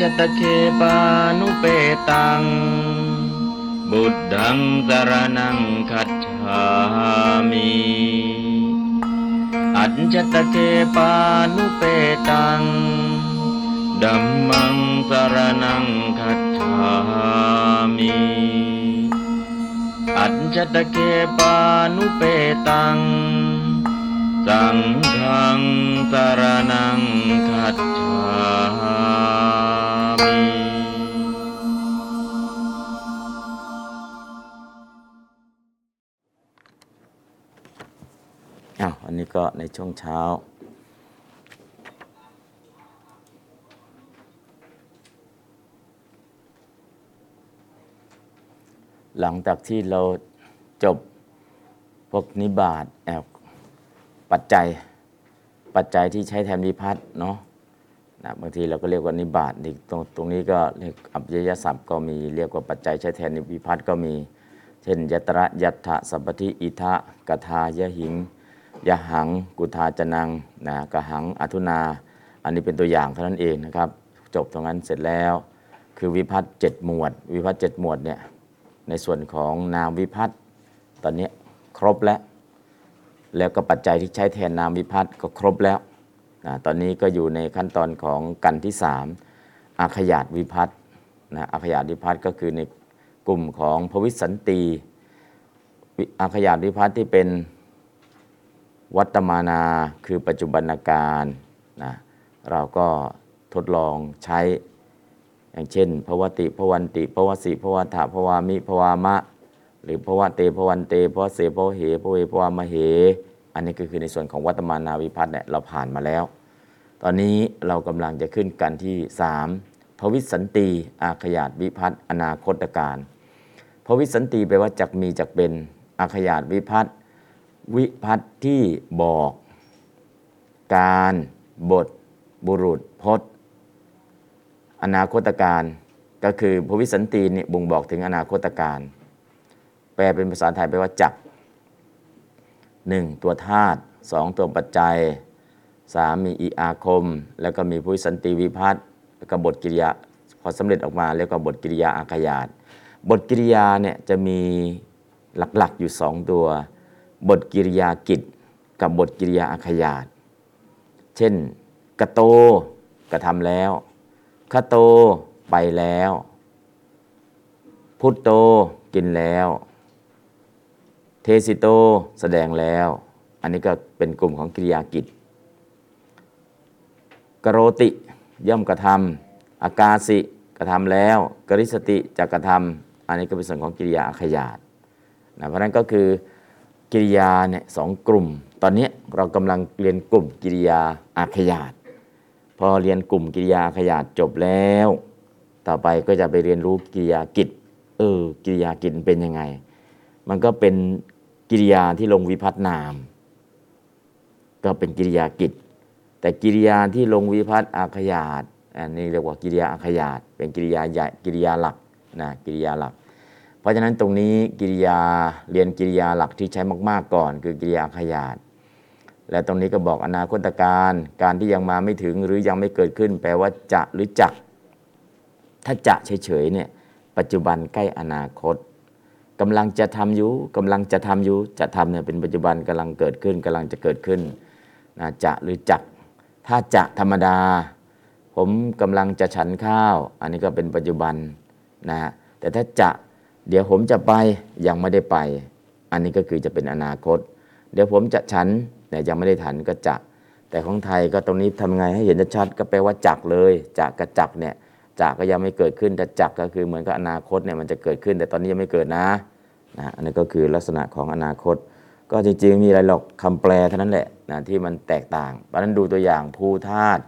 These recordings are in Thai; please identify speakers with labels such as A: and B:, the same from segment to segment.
A: จตเคปานุเปตัง บุตธังสรนังคัจฉามิอัจจตเคปานุเปตัง ดัมมังสรนังคัจฉามิ อัจจตเคปานุเปตัง สังฆังสารนังคัจฉามิ
B: อ้าวอันนี้ก็ในช่วงเช้า หลังจากที่เราจบพวกนิบาตแอบปัจจัย ปัจจัยที่ใช้แทนวิพัฒน์เนาะนะบางทีเราก็เรียกว่านิบาตอีกตรงตรงนี้ก็เรียกอัพยยศัพท์ก็มีเรียกว่าปัจจัยใช้แทนวิพัฒน์ก็มี เช่น ยตระยัตถะสัพพทิอิทะกทายะหิง ยะหังกุทาจนังนะกะหังอทุนา อันนี้เป็นตัวอย่างเท่านั้นเองนะครับ จบตรงนั้นเสร็จแล้ว คือวิพัฒน์เจ็ดหมวด วิพัฒน์เจ็ดหมวดเนี่ยในส่วนของนามวิพัฒน์ตอนนี้ครบแล้ว แล้วก็ปัจจัยที่ใช้แทนนามวิพัฒน์ก็ครบแล้วนะตอนนี้ก็อยู่ในขั้นตอนของกันที่สามอาขยาตวิพัฒน์นะอาขยาตวิพัฒน์ก็คือในกลุ่มของพวิสันตีวิอาขยาตวิพัฒน์ที่เป็น วัตมานาคือปัจจุบันการนะเราก็ทดลองใช้ อย่างเช่นพวติพวันติพวสิพวัฏะพวามิพวามะ หรือพวเตพวันเตพวเสพวเหพวเวพวามะเห อันนี้ก็คือในส่วนของวัตมานาวิพัฒน์เนี่ยเราผ่านมาแล้ว ตอนนี้เรากำลังจะขึ้นกันที่ 3 พวิสันติอาขยาตวิพัฒน์อนาคตการ พวิสันติแปลว่าจักมีจักเป็นอาขยาตวิพัฒน์ วิพัตติที่บอก การบท บุรุษพจน์ อนาคตการก็คือพวิสันตีเนี่ยบ่งบอกถึงอนาคตการ แปลเป็นภาษาไทยแปลว่าจักหนึ่งตัวธาตุสองตัวปัจจัยสามมีอีอาคม แล้วก็มีพวิสันติวิพัตติแล้วก็บทกิริยาพอสำเร็จออกมาเรียกว่าบทกิริยาอาขยาตบทกิริยาเนี่ยจะมีหลักๆอยู่สองตัว บทกิริยากิจกับบทกิริยาอาขยาต เช่น กะโตกระทำแล้วคะโตไปแล้ว พุทโตกินแล้ว เทสิโตแสดงแล้ว อันนี้ก็เป็นกลุ่มของกิริยากิจ กโรติย่อมกระทำอากาสิกระทำแล้ว กริสติจะกระทำอันนี้ก็เป็นส่วนของกิริยาอาขยาตนะเพราะฉะนั้นก็คือ กิริยาเนี่ยสองกลุ่ม ตอนนี้เรากำลังเรียนกลุ่มกิริยาอาขยาต พอเรียนกลุ่มกิริยาอาขยาตจบแล้ว ต่อไปก็จะไปเรียนรู้กิริยากิจ เออ กิริยากิจเป็นยังไง มันก็เป็นกิริยาที่ลงวิพัฒนาม ก็เป็นกิริยากิจ แต่กิริยาที่ลงวิพัฒน์อาขยาตอันนี้เรียกว่ากิริยาอาขยาต เป็นกิริยาใหญ่กิริยาหลักนะกิริยาหลัก เพราะฉะนั้นตรงนี้กิริยาเรียนกิริยาหลักที่ใช้มาก ๆ ก่อน คือกิริยาขยาดและตรงนี้ก็บอกอนาคตการการที่ยังมาไม่ถึงหรือยังไม่เกิดขึ้น แปลว่าจะหรือจัก ถ้าจะเฉยๆเนี่ยปัจจุบันใกล้อนาคตกำลังจะทำอยู่กำลังจะทำอยู่จะทำเนี่ยเป็นปัจจุบันกำลังเกิดขึ้นกำลังจะเกิดขึ้นนะจะหรือจัก ถ้าจะธรรมดา ผมกำลังจะฉันข้าว อันนี้ก็เป็นปัจจุบัน นะฮะแต่ถ้าจะเดี๋ยวผมจะไปยังไม่ได้ไป อันนี้ก็คือจะเป็นอนาคต เดี๋ยวผมจะฉันแต่ยังไม่ได้ฉันก็จะ แต่ของไทยก็ตรงนี้ทำไงให้เห็นชัดๆก็แปลว่าจักเลยจักกับจักเนี่ยจักก็ยังไม่เกิดขึ้นแต่จักก็คือเหมือนกับอนาคตเนี่ยมันจะเกิดขึ้น แต่ตอนนี้ยังไม่เกิดนะนะอันนี้ก็คือลักษณะของอนาคต ก็จริงๆไม่มีอะไรหรอกคำแปลเท่านั้นแหละนะที่มันแตกต่างเพราะฉะนั้นดูตัวอย่างภูธาตุ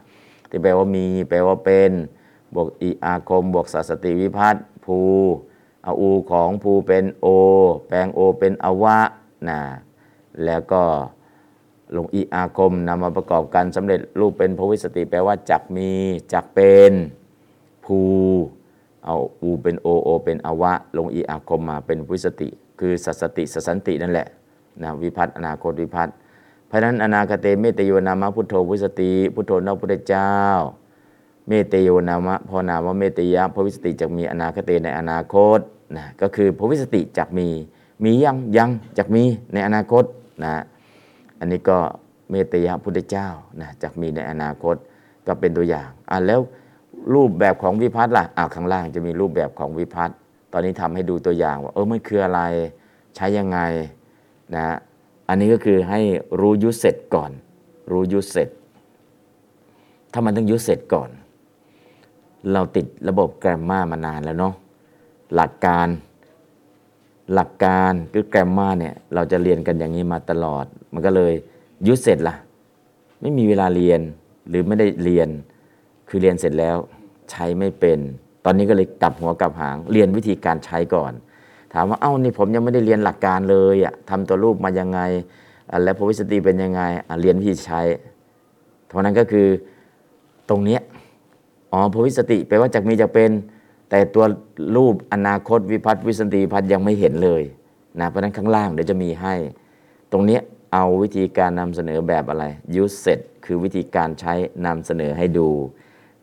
B: ที่แปลว่ามี แปลว่าเป็น บวกอีอาคม บวกสัสติวิพัฒน์ภูเอาอูของภูเป็นโอ แปลงโอเป็นอวะนะแล้วก็ลงอีอาคมนำมาประกอบกันสำเร็จรูปเป็นพวิสติ แปลว่าจักมีจักเป็นภูเอาอูเป็นโอโอเป็นอวะ ลงอีอาคมมาเป็นพวิสติ คือสัสติสัสสันตินั่นแหละนะวิพัฒน์อนาคตวิพัฒน์เพราะฉะนั้นอนาคเตเมตโยนามะพุทโธพวิสติพุทโธนะพุทธเจ้า เมเตโยนามะพอนามะเมเตยะพวิสติจักมีอนาคตเตในอนาคตนะก็คือพวิสติจักมี มียังยังจักมีในอนาคตนะอันนี้ก็เมเตยะพุทธเจ้านะจักมีในอนาคตก็เป็นตัวอย่างอ่ะแล้วรูปแบบของวิพัฒน์ล่ะอ่ะข้างล่างจะมีรูปแบบของวิพัฒน์ตอนนี้ทำให้ดูตัวอย่างว่าเออมันคืออะไรใช้ยังไงนะอันนี้ก็คือให้รู้ยุทธเสร็จก่อน รู้ยุทธเสร็จ ถ้ามันต้องยุทธเสร็จก่อน เราติดระบบแกรมมามานานแล้วเนาะหลักการหลักการคือแกรมมาเนี่ยเราจะเรียนกันอย่างนี้มาตลอด มันก็เลยยุทธเสร็จละไม่มีเวลาเรียนหรือไม่ได้เรียนคือเรียนเสร็จแล้วใช้ไม่เป็น ตอนนี้ก็เลยกลับหัวกลับหางเรียนวิธีการใช้ก่อน ถามว่าเอ้านี่ผมยังไม่ได้เรียนหลักการเลยอะทำตัวรูปมายังไงอ่ะและพวิสติเป็นยังไงอ่ะเรียนวิธีใช้ เพราะนั้นก็คือตรงเนี้ย อ๋อพวิสติแปลว่าจากมีจะเป็น แต่ตัวรูปอนาคตวิพัฒน์วิสันติวิพัฒน์ยังไม่เห็นเลยนะเพราะฉะนั้นข้างล่างเดี๋ยวจะมีให้ ตรงเนี้ยเอาวิธีการนำเสนอแบบอะไร use set คือวิธีการใช้นำเสนอให้ดู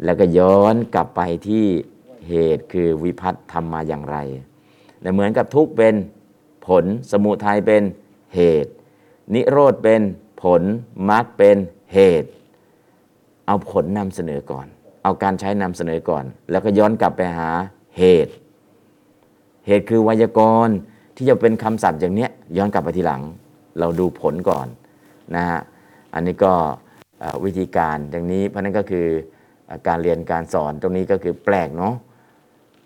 B: แล้วก็ย้อนกลับไปที่เหตุคือวิพัฒน์ทำมาอย่างไรและเหมือนกับทุกข์เป็นผลสมุทัยเป็นเหตุ นิโรธเป็นผลมรรคเป็นเหตุ เอาผลนำเสนอก่อน เอาการใช้นำเสนอก่อน แล้วก็ย้อนกลับไปหาเหตุ เหตุคือไวยากรณ์ที่จะเป็นคำศัพท์อย่างเนี้ยย้อนกลับไปทีหลัง เราดูผลก่อนนะฮะ อันนี้ก็เอ่อวิธีการอย่างนี้ เพราะนั้นก็คือเอ่อการเรียนการสอนตรงนี้ก็คือแปลกเนาะ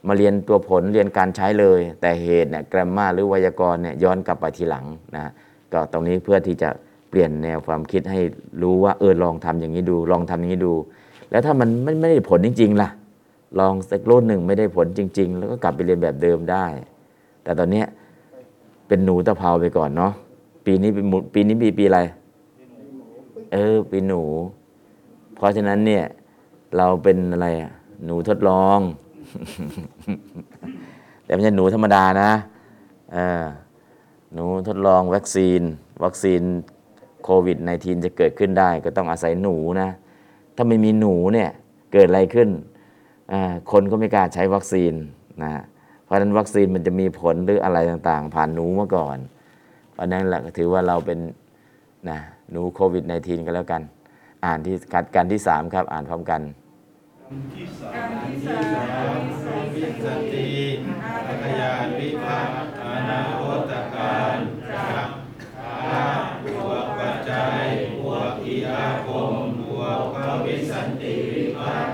B: มาเรียนตัวผลเรียนการใช้เลย แต่เหตุเนี่ยแกรมมาหรือไวยากรณ์เนี่ยย้อนกลับไปทีหลังนะก็ตรงนี้เพื่อที่จะเปลี่ยนแนวความคิดให้รู้ว่าเออลองทำอย่างนี้ดู ลองทำอย่างนี้ดู แล้วถ้ามันไม่ไม่ได้ผลจริง ๆ ล่ะ ลองสักรุ่นหนึ่งไม่ได้ผลจริง ๆ แล้วก็กลับไปเรียนแบบเดิมได้ แต่ตอนเนี้ยเป็นหนูตะเภาไปก่อนเนาะปีนี้เป็นหมูปีนี้ปีปีอะไร เออปีหนู เพราะฉะนั้นเนี่ยเราเป็นอะไรอะหนูทดลอง แต่ไม่ใช่หนูธรรมดานะเออหนูทดลองวัคซีน วัคซีนโควิด -19 จะเกิดขึ้นได้ ก็ต้องอาศัยหนูนะ ถ้าไม่มีหนูเนี่ยเกิดอะไรขึ้นอ่าคนก็ไม่กล้าใช้วัคซีนนะ เพราะฉะนั้นวัคซีนมันจะมีผลหรืออะไรต่างๆ ผ่านหนูมาก่อน เพราะฉะนั้นแหละก็ถือว่าเราเป็นนะหนูโควิด -19 ก็แล้วกัน อ่านที่การการที่ 3 ครับ อ่านพร้อมกัน
C: สติอัตยานวิภัตอนาคตการจากข้าบวกปัจจัยบวกอิยาคมบวกพระวิสันติวิภัต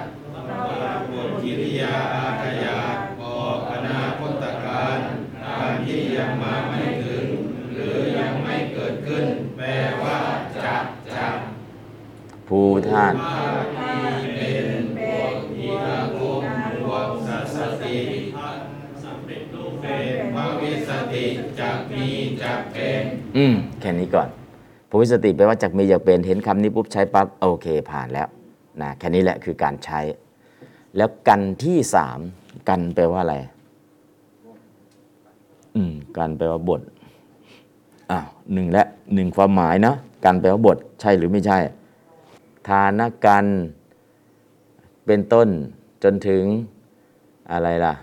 C: ตระบทกิริยาอาตยาบอกอนาคตการตามที่ยังมาไม่ถึง หรือยังไม่เกิดขึ้น แปลว่าจะจะ
B: ภูธาตุ
C: เป็นบวกอิยาคมบวกสัสสติวิภัต เป็นพระวิสติจักมีจักเป็น
B: อืมแค่นี้ก่อนพวิสติแปลว่าจากมีอยากเป็นเห็นคำนี้ปุ๊บใช้ปั๊บโอเคผ่านแล้วนะแค่นี้แหละคือการใช้ แล้วกันที่สามกันแปลว่าอะไร อืมกันแปลว่าบทอ้าวหนึ่งและหนึ่งความหมายนะกันแปลว่าบทใช่หรือไม่ใช่ ฐานกันเป็นต้นจนถึงอะไรล่ะ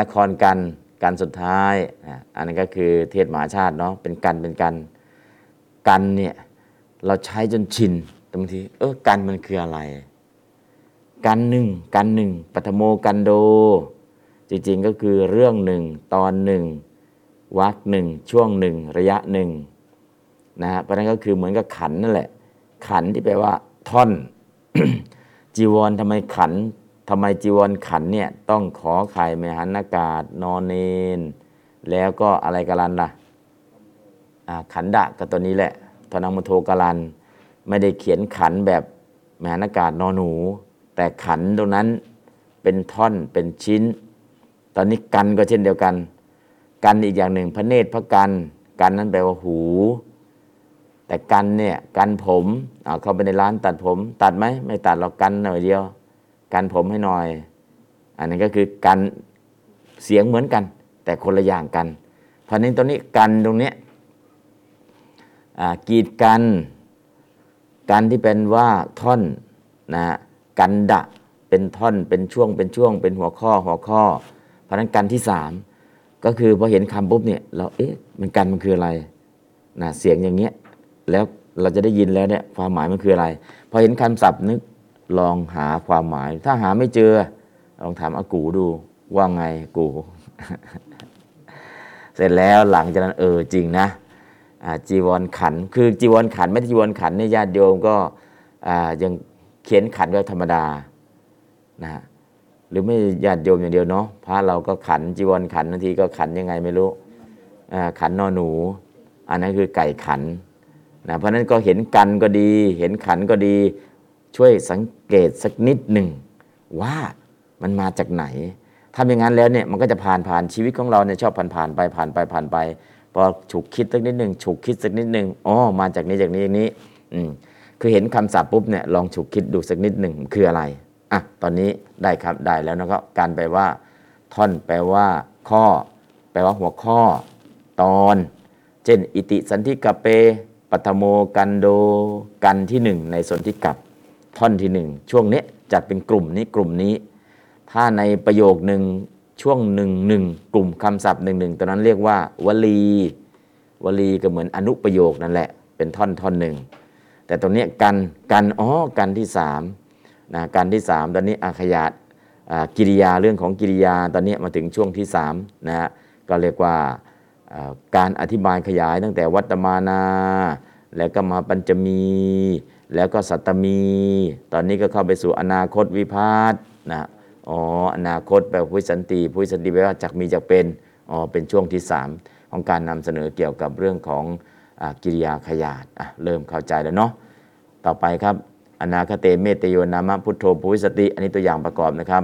B: นครกันกันสุดท้ายอ่ะอันนั้นก็คือเทศมหาชาติเนาะเป็นกันเป็นกัน กันเนี่ยเราใช้จนชินแต่บางทีเออกันมันคืออะไร กันหนึ่งกันหนึ่งปัทโมกันโด จริงๆก็คือเรื่องหนึ่งตอนหนึ่งวักหนึ่งช่วงหนึ่งระยะหนึ่งนะฮะเพราะฉะนั้นก็คือเหมือนกับขันนั่นแหละ ขันที่แปลว่าท่อน จีวรทำไมขันทำไมจีวรขันเนี่ยต้องขอไข่ไมหันอากาศนอนเนน แล้วก็อะไรกะลันล่ะอ่าขันดะก็ตัวนี้แหละทนังมุโทกะลัน ไม่ได้เขียนขันแบบไมหันอากาศนอนหนู แต่ขันตรงนั้นเป็นท่อนเป็นชิ้น ตอนนี้กันก็เช่นเดียวกัน กันอีกอย่างหนึ่งพระเนตรพระกัน กันนั้นแปลว่าหู แต่กันเนี่ยกันผมเอาเข้าไปในร้านตัดผม ตัดไหมไม่ตัดหรอกกันหน่อยเดียว กันผมให้หน่อย อันนั้นก็คือกันเสียงเหมือนกัน แต่คนละอย่างกัน เพราะฉะนั้นตรงนี้กันตรงเนี้ยอ่ากีดกันกันที่เป็นว่าท่อนนะกันดะ เป็นท่อนเป็นช่วงเป็นช่วง เป็นหัวข้อหัวข้อ เพราะฉะนั้นกันที่สามก็คือพอเห็นคำปุ๊บเนี่ยเราเอ๊ะมันกันมันคืออะไรนะเสียงอย่างเงี้ยแล้วเราจะได้ยินแล้วเนี่ยความหมายมันคืออะไร พอเห็นคำศัพท์นึกลองหาความหมาย ถ้าหาไม่เจอลองถามอากูดูว่าไงกู เสร็จแล้วหลังจากนั้นเออจริงนะอ่าจีวรขันธ์คือจีวรขันธ์ไม่ใช่จีวรขันธ์เนี่ยญาติโยมก็อ่ายังเขียนขันธ์แบบธรรมดานะฮะหรือไม่ญาติโยมอย่างเดียวเนาะพระเราก็ขันธ์จีวรขันธ์บางทีก็ขันธ์ยังไงไม่รู้อ่าขันธ์นอหนู อันนั้นคือไก่ขันธ์นะเพราะฉะนั้นก็เห็นกันก็ดี เห็นขันธ์ก็ดี ช่วยสังเกตสักนิดหนึ่งว่ามันมาจากไหน ถ้าอย่างนั้นแล้วเนี่ยมันก็จะผ่านผ่านชีวิตของเราเนี่ยชอบผ่านผ่านไปผ่านไปผ่านไปพอฉุกคิดสักนิดหนึ่งฉุกคิดสักนิดหนึ่งอ๋อมาจากนี้จากนี้จากนี้อืมคือเห็นคำศัพท์ปุ๊บเนี่ยลองฉุกคิดดูสักนิดหนึ่งมันคืออะไรอ่ะตอนนี้ได้ครับได้แล้วนะก็การแปลว่า ท่อนแปลว่า ข้อ แปลว่าหัวข้อ ตอน เช่น อิติสันธิกปเป ปัทโมกันโดกันที่หนึ่งในสนธิกับท่อนที่หนึ่งช่วงเนี้ยจัดเป็นกลุ่มนี้กลุ่มนี้ ถ้าในประโยคหนึ่งช่วงหนึ่งหนึ่งกลุ่มคำศัพท์หนึ่งหนึ่งตอนนั้นเรียกว่าวลี วลีก็เหมือนอนุประโยคนั่นแหละ เป็นท่อนท่อนหนึ่งแต่ตรงเนี้ยกันกันอ๋อกันที่สามนะกันที่สามตอนนี้อาขยาตอ่ากิริยาเรื่องของกิริยาตอนเนี้ยมาถึงช่วงที่สามนะฮะก็เรียกว่าอ่าการอธิบายขยายตั้งแต่วัตตมานา แล้วก็มาปัญจมี แล้วก็สัตตมี ตอนนี้ก็เข้าไปสู่อนาคตวิพาทนะ อ๋ออนาคตแปลว่าพุทธสันติพุทธสันติแปลว่าจากมีจากเป็นอ๋อเป็นช่วงที่ 3 ของการนำเสนอเกี่ยวกับเรื่องของอากิริยาขยาดอ่ะเริ่มเข้าใจแล้วเนาะต่อไปครับ อนาคเตเมตโยนามะพุทโธภุวิสติ อันนี้ตัวอย่างประกอบนะครับ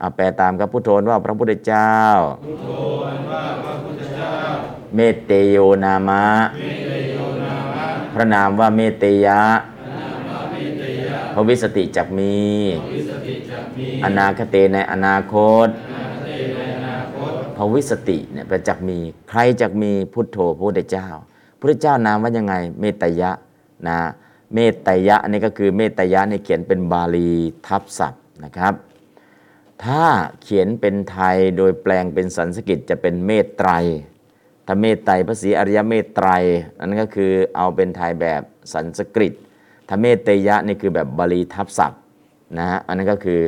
B: อ่ะแปลตามครับพุทโธนว่าพระพุทธเจ้า เมตเตโยนามะ พระนามว่าเมตยะพระวิสติจักมี อนาคเตในอนาคตพระวิสติเนี่ยประจักมี ใครจักมีพุทโธพระพุทธเจ้าพระเจ้านามว่ายังไง เมตยะนะเมตยะอันนี่ก็คือเมตยะเนี่ยเขียนเป็นบาลีทับศัพท์นะครับ ถ้าเขียนเป็นไทยโดยแปลงเป็นสันสกฤตจะเป็นเมตไตร ถ้าเมตไตรภาษีอริยเมตไตรอันนั้นก็คือเอาเป็นไทยแบบสันสกฤตถ้าเมตเตยะนี่คือแบบบาลีทับศัพท์นะฮะอันนั้นก็คือ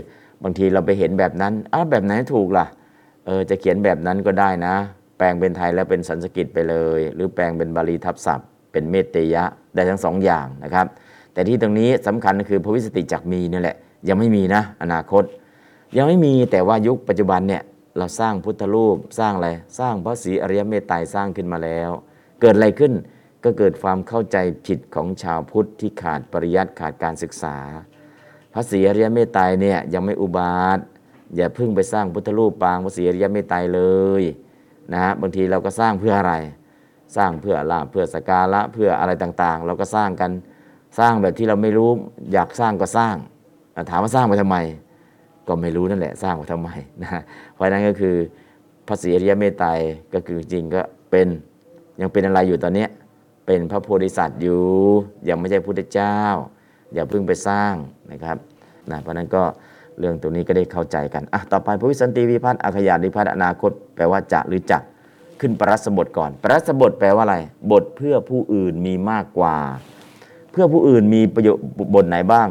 B: บางทีเราไปเห็นแบบนั้นอ้าวแบบไหนถูกล่ะเออจะเขียนแบบนั้นก็ได้นะ แปลงเป็นไทยแล้วเป็นสันสกฤตไปเลย หรือแปลงเป็นบาลีทับศัพท์ เป็นเมตเตยะได้ทั้งสองอย่างนะครับ แต่ที่ตรงนี้สำคัญก็คือพระวิสติจักมีนี่แหละยังไม่มีนะอนาคต ยังไม่มีแต่ว่ายุคปัจจุบันเนี่ยเราสร้างพุทธรูปสร้างอะไรสร้างพระศรีอริยเมตไตรสร้างขึ้นมาแล้ว เกิดอะไรขึ้นก็เกิดความเข้าใจผิดของชาวพุทธที่ขาดปริยัติขาดการศึกษา พระศรีอริยเมตไตรเนี่ยยังไม่อุบาท อย่าเพึ่งไปสร้างพุทธรูปปางพระศรีอริยเมตไตรเลยนะฮะบางทีเราก็สร้างเพื่ออะไร สร้างเพื่อลาภเพื่อสกการะเพื่ออะไรต่างๆ เราก็สร้างกันสร้างแบบที่เราไม่รู้อยากสร้างก็สร้างอ่ะถามว่าสร้างไปทำไม ก็ไม่รู้นั่นแหละสร้างมาทำไมนะฮะเพราะฉะนั้นก็คือพระศรีอริยเมตไตรก็คือจริงๆก็เป็นยังเป็นอะไรอยู่ตอนเนี้ยเป็นพระโพธิสัตว์อยู่ยังไม่ใช่พุทธเจ้า อย่าเพิ่งไปสร้างนะครับนะเพราะฉะนั้นก็เรื่องตรงนี้ก็ได้เข้าใจกันอ่ะต่อไปพระวิสันติวิพัฒน์อาขยานิพัฒน์อนาคต แปลว่าจะหรือจักขึ้นปรัสบทก่อน ปรัสบทแปลว่าอะไร บทเพื่อผู้อื่นมีมากกว่า เพื่อผู้อื่นมีประโยชน์บทไหนบ้าง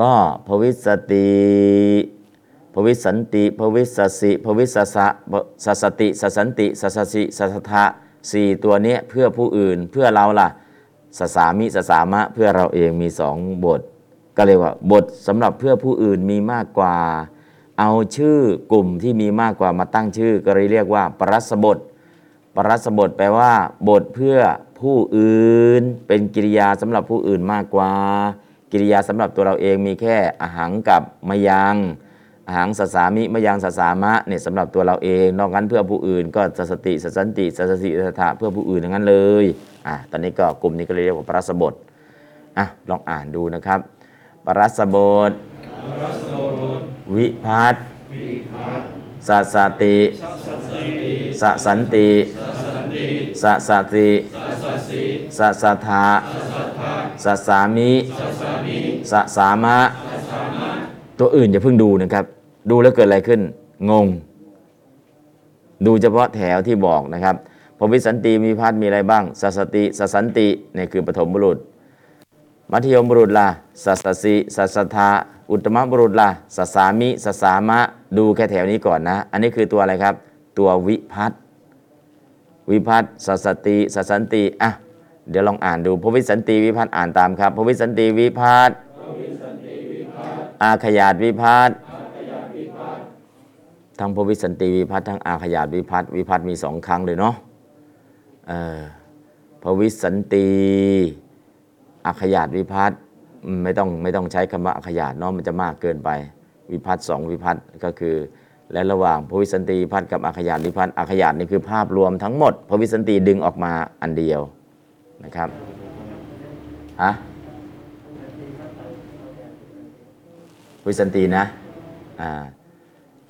B: ก็พวิสติพวิสันติพวิสสิพวิสสะพสัสสติสัสสันติสัสสสิสัสสทะสี่ตัวเนี้ยเพื่อผู้อื่นเพื่อเราล่ะสสามิสสามะเพื่อเราเองมีสองบท ก็เรียกว่าบทสำหรับเพื่อผู้อื่นมีมากกว่า เอาชื่อกลุ่มที่มีมากกว่ามาตั้งชื่อ ก็เลยเรียกว่าปรัสบท ปรัสบทแปลว่า บทเพื่อผู้อื่น เป็นกิริยาสำหรับผู้อื่นมากกว่า กิริยาสำหรับตัวเราเองมีแค่อหังกับมยังอหังสสามิมยังสสามะเนี่ยสำหรับตัวเราเอง นอกนั้นเพื่อผู้อื่นก็สสติสสันติสสสิสถะเพื่อผู้อื่นทั้งนั้นเลยอ่ะตอนนี้ก็กลุ่มนี้ก็เลยเรียกว่าปรัสบทอ่ะลองอ่านดูนะครับ ปรัสบท วิพัตสัสสติสสันติสสัสติสสัทธาสสามิสสามะ ตัวอื่นอย่าเพิ่งดูนะครับ ดูแล้วเกิดอะไรขึ้น งง ดูเฉพาะแถวที่บอกนะครับพรหมวิสันติมีพัฒน์มีอะไรบ้างสัสสติสัสสันติเนี่ยคือปฐมบุรุษ มัธยมบุรุษล่ะสัสสสิสัสสทาอุตตมบุรุษล่ะสัสสามิสัสสามะ ดูแค่แถวนี้ก่อนนะ อันนี้คือตัวอะไรครับ ตัววิพัฒน์วิพัฒน์สัสสติสัสสันติอ่ะเดี๋ยวลองอ่านดูพรหมวิสันติวิพัฒน์อ่านตามครับพรหมวิสันติวิพัฒน์อาขยาดวิพัฒน์ ทั้งพระวิสันติวิพัฒน์ทั้งอาขยาดวิพัฒน์วิพัฒน์มีสองครั้งเลยเนาะเออพระวิสันติอาขยาดวิพัฒน์อืมไม่ต้องไม่ต้องใช้คำว่าอาขยาดเนาะมันจะมากเกินไป วิพัฒน์สองวิพัฒน์ก็คือ และระหว่างพระวิสันติวิพัฒน์กับอาขยาดวิพัฒน์อาขยาดนี่คือภาพรวมทั้งหมดพระวิสันติดึงออกมาอันเดียวนะครับฮะพระวิสันตินะอ่า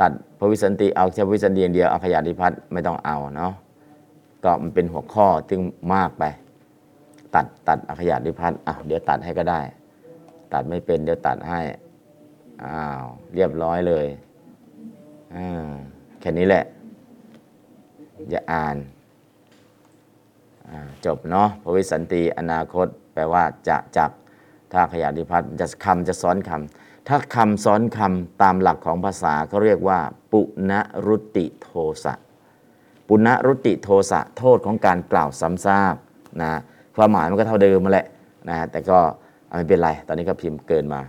B: ตัดพระวิสันติเอาแค่พระวิสันติอย่างเดียวเอาขยาดิพัฒน์ไม่ต้องเอาเนาะก็มันเป็นหัวข้อซึ่งมากไป ตัดตัดเอาขยาดิพัฒน์อ่ะเดี๋ยวตัดให้ก็ได้ ตัดไม่เป็นเดี๋ยวตัดให้อ้าวเรียบร้อยเลยอ่าแค่นี้แหละ อย่าอ่านอ่าจบเนาะพระวิสันติอนาคต แปลว่าจะจักถ้าขยาดิพัฒน์จะคำจะซ้อนคำ ถ้าคำซ้อนคำตามหลักของภาษาเขาเรียกว่า ปุณรุตติโทสะ ปุณรุตติโทสะโทษของการกล่าวซ้ำซากนะความหมายมันก็เท่าเดิมมาแหละนะแต่ก็เอาไม่เป็นไร ตอนนี้ก็พิมพ์เกินมา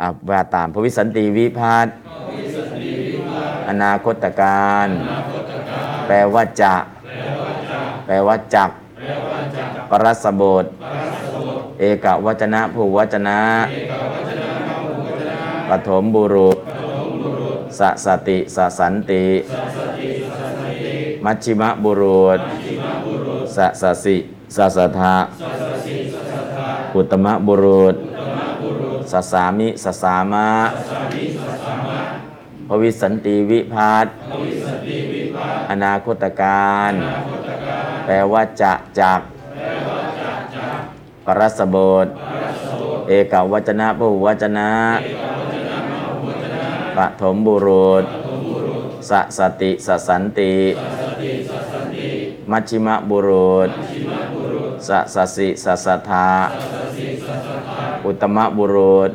B: อ่ะว่าตามพระวิสันติวิพาทอนาคตการ แปลว่าจะ แปลว่าจักปรัสบท เอกวัจนะภูวัจนะ ปฐมบุรุษสสติสสันติ มัชชิมะบุรุษสสสิสสทาอุตตมะบุรุษสสามิสสามะพวิสันติวิพัฒน์อนาคตการ แปลว่าจะจักปรัสบท เอกวัจนะพหุวัจนะ ปฐมบุรุษสสติสสันติ มัชชิมะบุรุษสสสิสสทาอุตตมะบุรุษ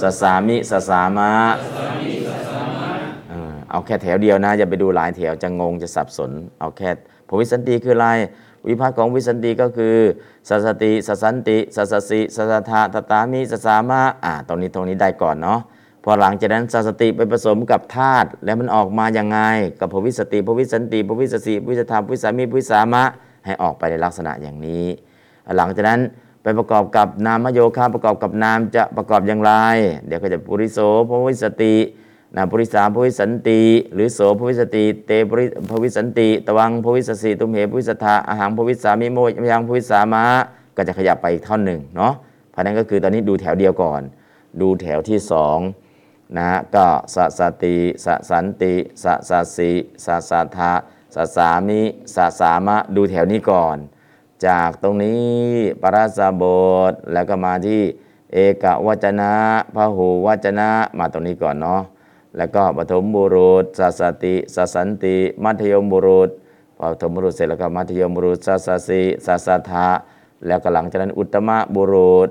B: สสามิสสามะเออเอาแค่แถวเดียวนะ อย่าไปดูหลายแถวจะงงจะสับสน เอาแค่ผลวิสันติคืออะไร วิภาคของวิสันติก็คือสสติสสันติสสสิสสทาตตามิสสามะอ่าตรงนี้ตรงนี้ได้ก่อนเนาะ พอหลังจากนั้นสสติไปผสมกับธาตุแล้วมันออกมายังไง กับพวิสติพวิสันติพวิสสิพวิสธาพวิสามีพวิสามะ ให้ออกไปในลักษณะอย่างนี้ หลังจากนั้นไปประกอบกับนามโยคะประกอบกับนามจะประกอบอย่างไร เดี๋ยวก็จะปุริโสพวิสตินะปุริสามพวิสันติ หรือโสพวิสติเตปริพวิสันติ ตวังพวิสสิตุมเหพวิสทธาอาหังพวิสามิโมยังพวิสามะก็จะขยับไปอีกท่อนหนึ่งเนาะเพราะนั้นก็คือตอนนี้ดูแถวเดียวก่อน ดูแถวที่สอง นะฮะก็สสติสสันติสสสิสสทาสสามิสสามะดูแถวนี้ก่อน จากตรงนี้ปราสบทแล้วก็มาที่เอกวจนะพหูวจนะมาตรงนี้ก่อนเนาะแล้วก็ปฐมบุรุษสสติสสันติ มัธยมบุรุษปฐมบุรุษเสร็จแล้วก็มัธยมบุรุษสสสิสสทาแล้วก็หลังจากนั้นอุตตมบุรุษ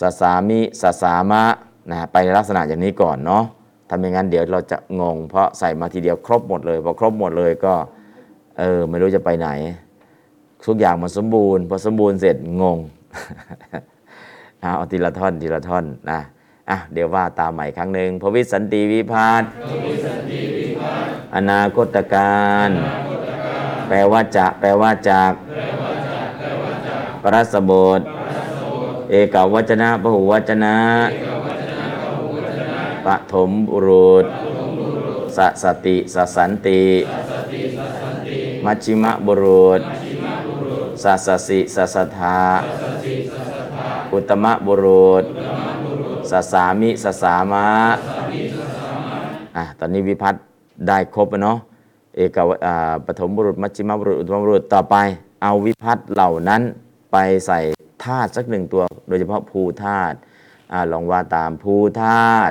B: สสามิสสามะนะไปในลักษณะอย่างนี้ก่อนเนาะทำอย่างนั้นเดี๋ยวเราจะงง เพราะใส่มาทีเดียวครบหมดเลยพอครบหมดเลยก็เออไม่รู้จะไปไหน ทุกอย่างมันสมบูรณ์พอสมบูรณ์เสร็จง ง อ่ะเอาทีละท่อนทีละท่อนนะอ่ะเดี๋ยวว่าตามใหม่ครั้งหนึ่งพระวิสันติวิพาทอนาคตการ แปลว่าจะ แปลว่าจากปรัสบท เอกวัจนะพหุวัจนะปฐมบุรุษสสติสสันติ มัชชิมะบุรุษสสสิสสทาอุตตมะบุรุษสสามิสสามะอ่ะตอนนี้วิพัฒน์ได้ครบแล้วเนาะเอกวอ่าปฐมบุรุษ มัชชิมะบุรุษอุตตมะบุรุษต่อไป เอาวิพัฒน์เหล่านั้นไปใส่ ธาตุสักหนึ่งตัวโดยเฉพาะภูธาตุ อ่าลองว่าตามภูธาต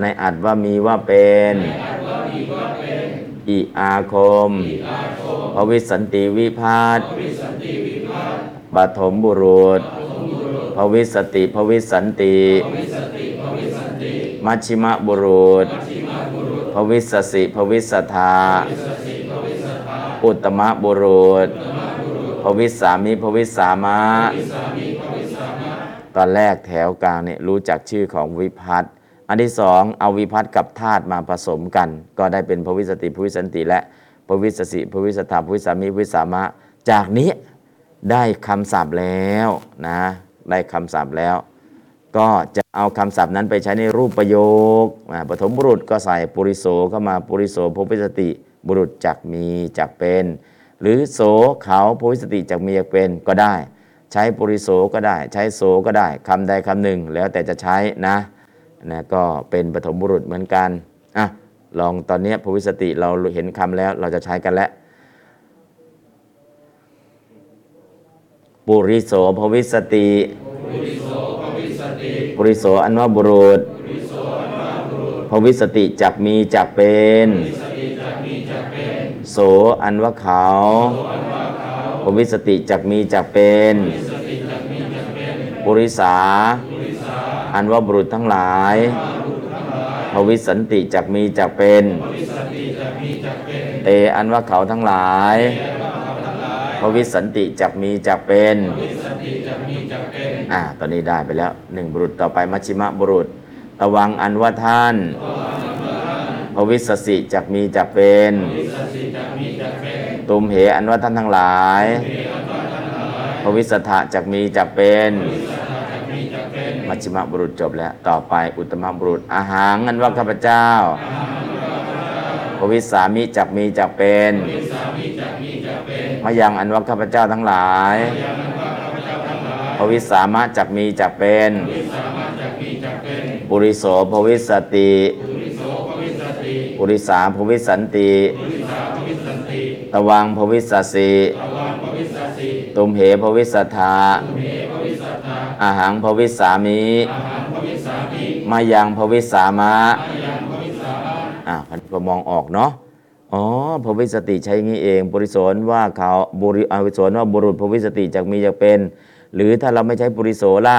B: ในอัดว่ามีว่าเป็นอิอาคมพระวิสันติวิพาทปฐมบุรุษพระวิสติพระวิสันติมัชชิมบุรุษพระวิสสิพระวิสทา อุตตมะบุรุษพระวิสามิพระวิสามะ ตอนแรกแถวกลางเนี่ยรู้จักชื่อของวิพัฒน์อันที่สองเอาวิพัฒน์กับธาตุมาผสมกัน ก็ได้เป็นพระวิสติพระวิสันติ และพระวิสสิพระวิสถาพระวิสามิพระวิสามะ จากนี้ได้คำศัพท์แล้วนะ ได้คำศัพท์แล้ว ก็จะเอาคำศัพท์นั้นไปใช้ในรูปประโยคอ่าปฐมบุรุษก็ใส่ปุริโสเข้ามาปุริโสภพวิสติบุรุษจักมีจักเป็น หรือโสเขาภพวิสติจักมีจักเป็นก็ได้ ใช้ปุริโสก็ได้ ใช้โสก็ได้คำใดคำหนึ่ง แล้วแต่จะใช้นะนะก็เป็นปฐมบุรุษเหมือนกันอ่ะลองตอนเนี้ยภพวิสติเราเห็นคำแล้วเราจะใช้กันแล้ว ปุริโสภวิสติ ปุริโสอันว่าบุรุษพวิสติจักมีจักเป็น โสอันว่าเขาพวิสติจักมีจักเป็น ปุริสา อันว่าบุรุษทั้งหลายพวิสันติจักมีจักเป็น เตอันว่าเขาทั้งหลายพวิสันติจักมีจักเป็น อ่า ตอนนี้ได้ไปแล้วหนึ่งบุรุษต่อไปมัชชิมะบุรุษ ตวังอันว่าท่านพวิสสิจักมีจักเป็น ตุมเหอันว่าท่านทั้งหลายพวิสถะจักมีจักเป็น มัชชิมะบุรุษจบแล้ว ต่อไปอุตตมะบุรุษ อาหางอันว่าข้าพเจ้าพวิสามิจักมีจักเป็นมะยังอันว่าข้าพเจ้าทั้งหลาย พวิสามะจักมีจักเป็น ปุริโสภวิสติ ปุริสาภวิสันติ ตวังภวิสสิตุมเหภวิสธาอาหังภวิสามิมายังภวิสามะอ่าพันก็มองออกเนาะ อ๋อภวิสติใช้งี้เองปุริโสนว่าเขาบุริอาวิโสนว่าบุรุษภวิสติจักมีจักเป็น หรือถ้าเราไม่ใช้ปุริโสล่ะ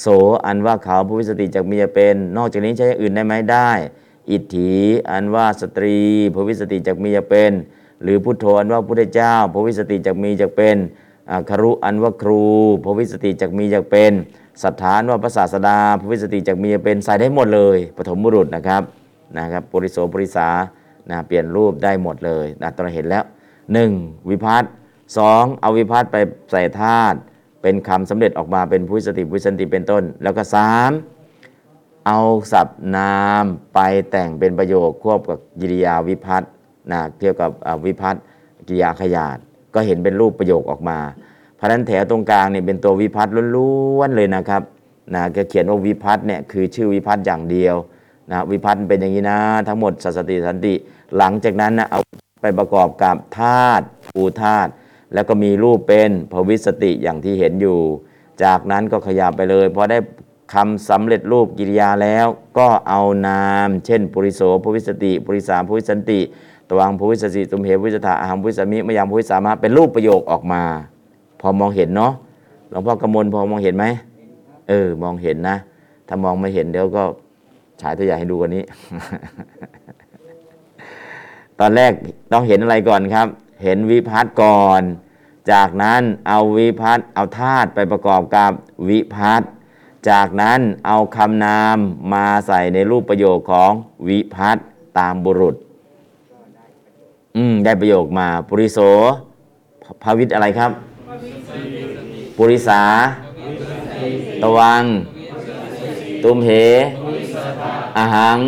B: โสอันว่าเขาภวิสติจักมีจักเป็น นอกจากนี้ใช้อย่างอื่นได้ไหมได้ อิทธิอันว่าสตรีภวิสติจักมีจักเป็น หรือพุทโธอันว่าพุทธเจ้าภวิสติจักมีจักเป็นอ่าคารุอันว่าครูภวิสติจักมีจักเป็นสัทธานว่าพระศาสดาภวิสติจักมีจักเป็นใส่ได้หมดเลยปฐมบุรุษนะครับนะครับปุริโสปุริสา นะเปลี่ยนรูปได้หมดเลยนะตอนเห็นแล้ว 1. วิพัฒน์สองเอาวิพัฒน์ไปใส่ธาตุเป็นคำสำเร็จออกมาเป็นพุทธสติพุทธสันติเป็นต้น แล้วก็ 3. เอาศัพท์นามไปแต่งเป็นประโยคควบกับกิริยาวิพัฒน์นะเทียบกับอ่าวิพัฒน์กิริยาขยาดก็เห็นเป็นรูปประโยคออกมา เพราะฉะนั้นแถวตรงกลางเนี่ยเป็นตัววิพัฒน์ล้วนๆเลยนะครับนะก็เขียนว่าวิพัฒน์เนี่ยคือชื่อวิพัฒน์อย่างเดียว นะวิพัฒน์เป็นอย่างนี้นะ ทั้งหมดสัสสติสันติ หลังจากนั้นนะเอาไปประกอบกับธาตุภูธาตุแล้วก็มีรูปเป็นพวิสติอย่างที่เห็นอยู่ จากนั้นก็ขยับไปเลยพอได้คำสำเร็จรูปกิริยาแล้ว ก็เอานาม เช่น ปุริโสพวิสติปุริสามพวิสันติ ตวังพวิสสิตุมเหพวิสถาอาหังพวิสามิมะยังพวิสามะเป็นรูปประโยคออกมา พอมองเห็นเนาะหลวงพ่อกำมลพอมองเห็นไหมเออมองเห็นนะ ถ้ามองไม่เห็นเดี๋ยวก็ ฉายตัวอย่างให้ดูกันนี้ ตอนแรกต้องเห็นอะไรก่อนครับ เห็นวิพัฒน์ก่อน จากนั้นเอาวิพัฒน์เอาธาตุไปประกอบกับวิพัฒน์จากนั้นเอาคำนามมาใส่ในรูปประโยคของวิพัฒน์ตามบุรุษ อืมได้ประโยคมา ปุริโสพภวิตอะไรครับ ปุริสา ตวัง ตุมเห อาหัง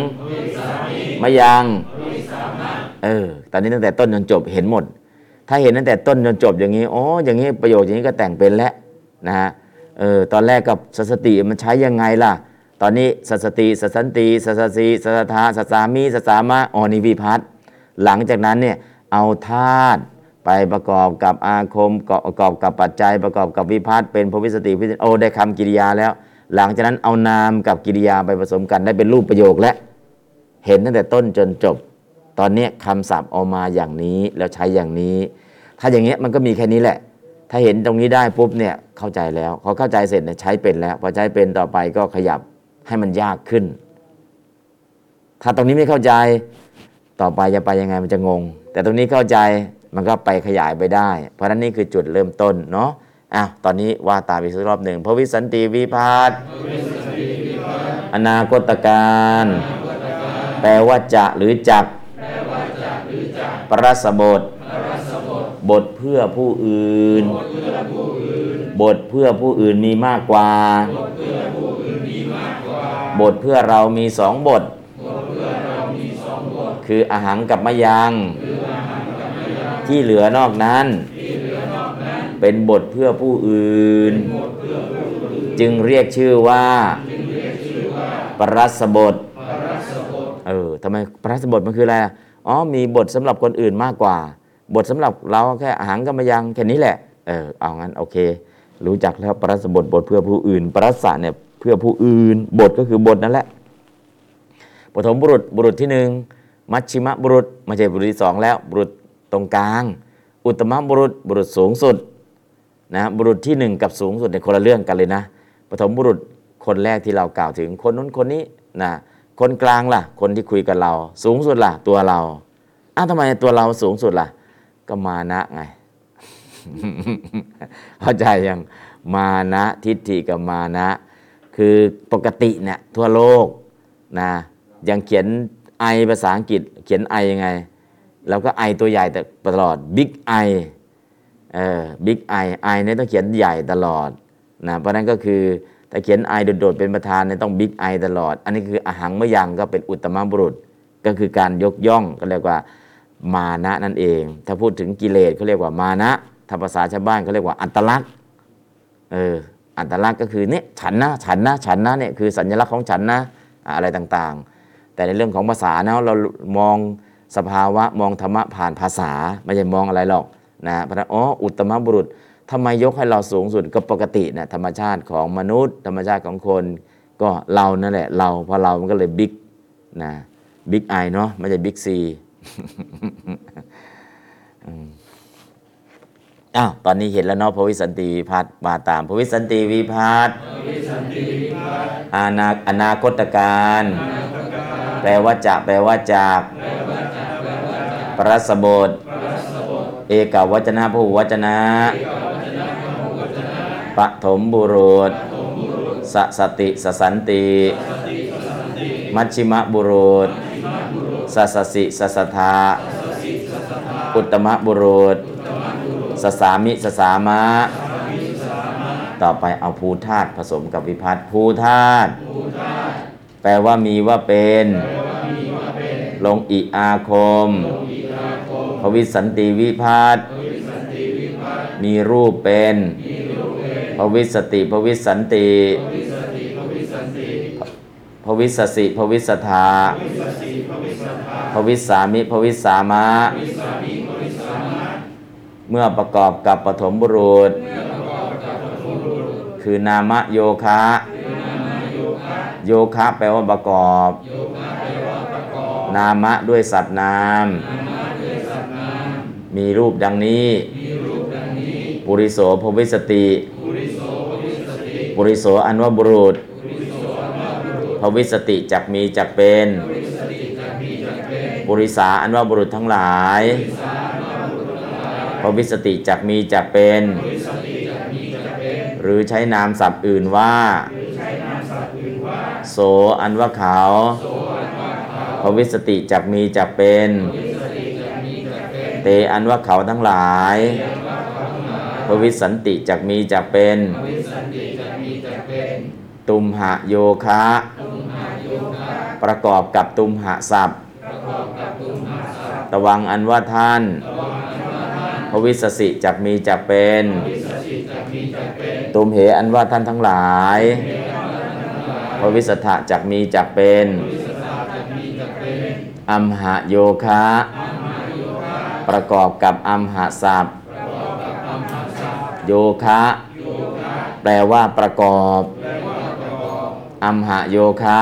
B: มายัง เออ ตอนนี้ตั้งแต่ต้นจนจบเห็นหมด ถ้าเห็นตั้งแต่ต้นจนจบอย่างนี้อ๋ออย่างนี้ประโยชน์อย่างนี้ก็แต่งเป็นแล้วนะฮะ เออ ตอนแรกกับสัสสติมันใช้ยังไงล่ะ ตอนนี้สัสสติสัสสันติสัสสสีสัสสทาสัสสามีสัสสามะอ๋อนิวิพัฒน์หลังจากนั้นเนี่ยเอาธาตุไปประกอบกับอาคมประกอบกับปัจจัยประกอบกับวิพัฒน์เป็นพวิสติวิสติโอได้คำกิริยาแล้ว หลังจากนั้นเอานามกับกิริยาไปผสมกันได้เป็นรูปประโยคและ เห็นตั้งแต่ต้นจนจบ ตอนเนี้ยคำศัพท์เออกมาอย่างนี้แล้วใช้อย่างนี้ ถ้าอย่างเงี้ยมันก็มีแค่นี้แหละ ถ้าเห็นตรงนี้ได้ปุ๊บเนี่ยเข้าใจแล้วพอเข้าใจเสร็จเนี่ยใช้เป็นแล้วพอใช้เป็นต่อไปก็ขยับให้มันยากขึ้น ถ้าตรงนี้ไม่เข้าใจต่อไปจะไปยังไงมันจะงง แต่ตรงนี้เข้าใจมันก็ไปขยายไปได้ เพราะฉะนั้นนี่คือจุดเริ่มต้นเนาะอ่ะตอนนี้ว่าตามอีกสักรอบหนึ่งพระวิสันติวิพาทอนาคตการ แปลว่าจะหรือจักปรสบท บทเพื่อผู้อื่น บทเพื่อผู้อื่นมีมากกว่า บทเพื่อเรามีสองบท คืออาหังกับมะยังที่เหลือนอกนั้น เป็นบทเพื่อผู้อื่น จึงเรียกชื่อว่า ปรัสบท เออทำไมพระสบทมันคืออะไรอ่ะอ๋อ มีบทสำหรับคนอื่นมากกว่า บทสำหรับเราแค่อาหารกรรมยังแค่นี้แหละ เออ เอางั้นโอเค รู้จักแล้วพระสบทบทเพื่อผู้อื่น ปรัสสะเนี่ยเพื่อผู้อื่น บทก็คือบทนั่นแหละ ปฐมบุรุษบุรุษที่หนึ่งมัชชิมบุรุษไม่ใช่บุรุษที่สองแล้ว บุรุษตรงกลาง อุตตมบุรุษบุรุษสูงสุด นะบุรุษที่หนึ่งกับสูงสุดในยคนละเรื่องกันเลยนะปฐมบุรุษคนแรกที่เรากล่าวถึงคนนู้นคนนี้นะคนกลางล่ะ คนที่คุยกับเรา สูงสุดล่ะ ตัวเราอ้าวทำไมตัวเราสูงสุดล่ะ ก็มานะไง เข้าใจยังมานะทิฏฐิกับมานะ คือปกติเนี่ยทั่วโลกนะยังเขียนไอภาษาอังกฤษ เขียนไอยังไงเราก็ไอตัวใหญ่แต่ตลอดบิ๊กไอ เออบิ๊กไอไอเนี่ยต้องเขียนใหญ่ตลอดนะเพราะฉะนั้นก็คือถ้าเขียนไอโดดๆเป็นประธานเนี่ยต้องบิ๊กไอตลอด อันนี้คืออาหังเมื่อยังก็เป็นอุตตมบุรุษ ก็คือการยกย่องก็เรียกว่ามานะนั่นเอง ถ้าพูดถึงกิเลสเขาเรียกว่ามานะถ้าภาษาชาวบ้านเขาเรียกว่าอัตลักษณ์เอออัตลักษณ์ก็คือเนี่ยฉันนะฉันนะฉันนะเนี่ยคือสัญลักษณ์ของฉันนะอ่ะอะไรต่างๆ แต่ในเรื่องของภาษาเนาะเรามองสภาวะมองธรรมะผ่านภาษาไม่ใช่มองอะไรหรอก นะพระนั้นอ๋ออุตตมบุรุษทำไมยกให้เราสูงสุดก็ปกตินะธรรมชาติของมนุษย์ ธรรมชาติของคน ก็เรานั่นแหละ เราพอเรามันก็เลยบิ๊กนะบิ๊กไอเนาะไม่ใช่บิ๊ก ซี อ้าวตอนนี้เห็นแล้วเนาะพระวิสันติวิพัฒน์มาตามพระวิสันติวิพัฒน์อานาอนาคตการ แปลว่าจะแปลว่าจากปรสบท เอกวัจนะผู้วัจนะ ปฐมบุรุษ สสติสสันติ มัชชิมบุรุษ สสสิสสทาอุตตมบุรุษ สสามิสสามะ ต่อไปเอาภูธาตผสมกับวิพัตภูธาตแปลว่ามีว่าเป็น ลงอิอาคม พระวิสันติวิพาทมีรูปเป็นพระวิสติพระวิสันติพระวิสสิพระวิสทาพระวิสามิพระวิสามะ เมื่อประกอบกับปฐมบุรุษ คือนามะโยคะ โยคะแปลว่าประกอบ นามะด้วยสัตว์นาม มีรูปดังนี้ ปุริโสภวิสติ ปุริโสอันว่าบุรุษ ภวิสติจักมีจักเป็น ปุริสาอันว่าบุรุษทั้งหลาย ภวิสติจักมีจักเป็น หรือใช้นามศัพท์อื่นว่า โสอันว่าเขา ภวิสติจักมีจักเป็น เตอันว่าเขาทั้งหลาย พวิสันติจักมีจักเป็น ตุมหะโยคะ ประกอบกับตุมหะศัพท์ตวังอันว่าท่าน พวิสสิจักมีจักเป็น ตุมเหอันว่าท่านทั้งหลาย พวิสถะจักมีจักเป็น อัมหะโยคะ ประกอบกับอัมหะศัพท์โยคะ แปลว่าประกอบ อัมหะโยคะ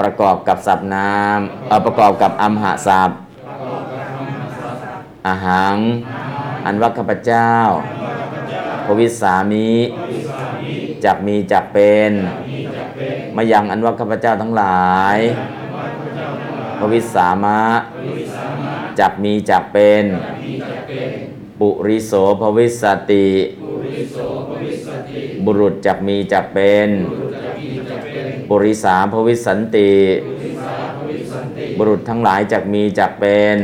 B: ประกอบกับศัพท์นามเอ่อประกอบกับอัมหะศัพท์อาหัง อันว่าข้าพเจ้าพวิสามิจักมีจักเป็นมายังอันว่าข้าพเจ้าทั้งหลายพวิสามะจักมีจักเป็น ปุริโสภวิสติ บุรุษจักมีจักเป็น ปุริสาภวิสันติ บุรุษทั้งหลายจักมีจักเป็น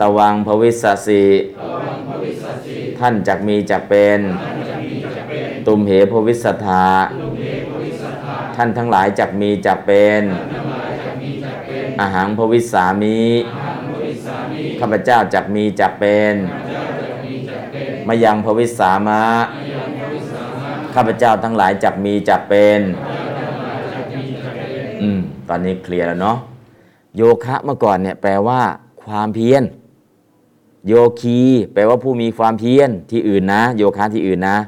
B: ตวังภวิสสิ ท่านจักมีจักเป็น ตุมเหภวิสถาท่านทั้งหลายจักมีจักเป็น อาหังภวิสามิข้าพเจ้าจักมีจักเป็นมายังภวิสามะ ข้าพเจ้าทั้งหลายจักมีจักเป็น อืม ตอนนี้เคลียร์แล้วเนาะ โยคะเมื่อก่อนเนี่ยแปลว่าความเพียร โยคี แปลว่าผู้มีความเพียรที่อื่นนะ โยคะที่อื่นนะ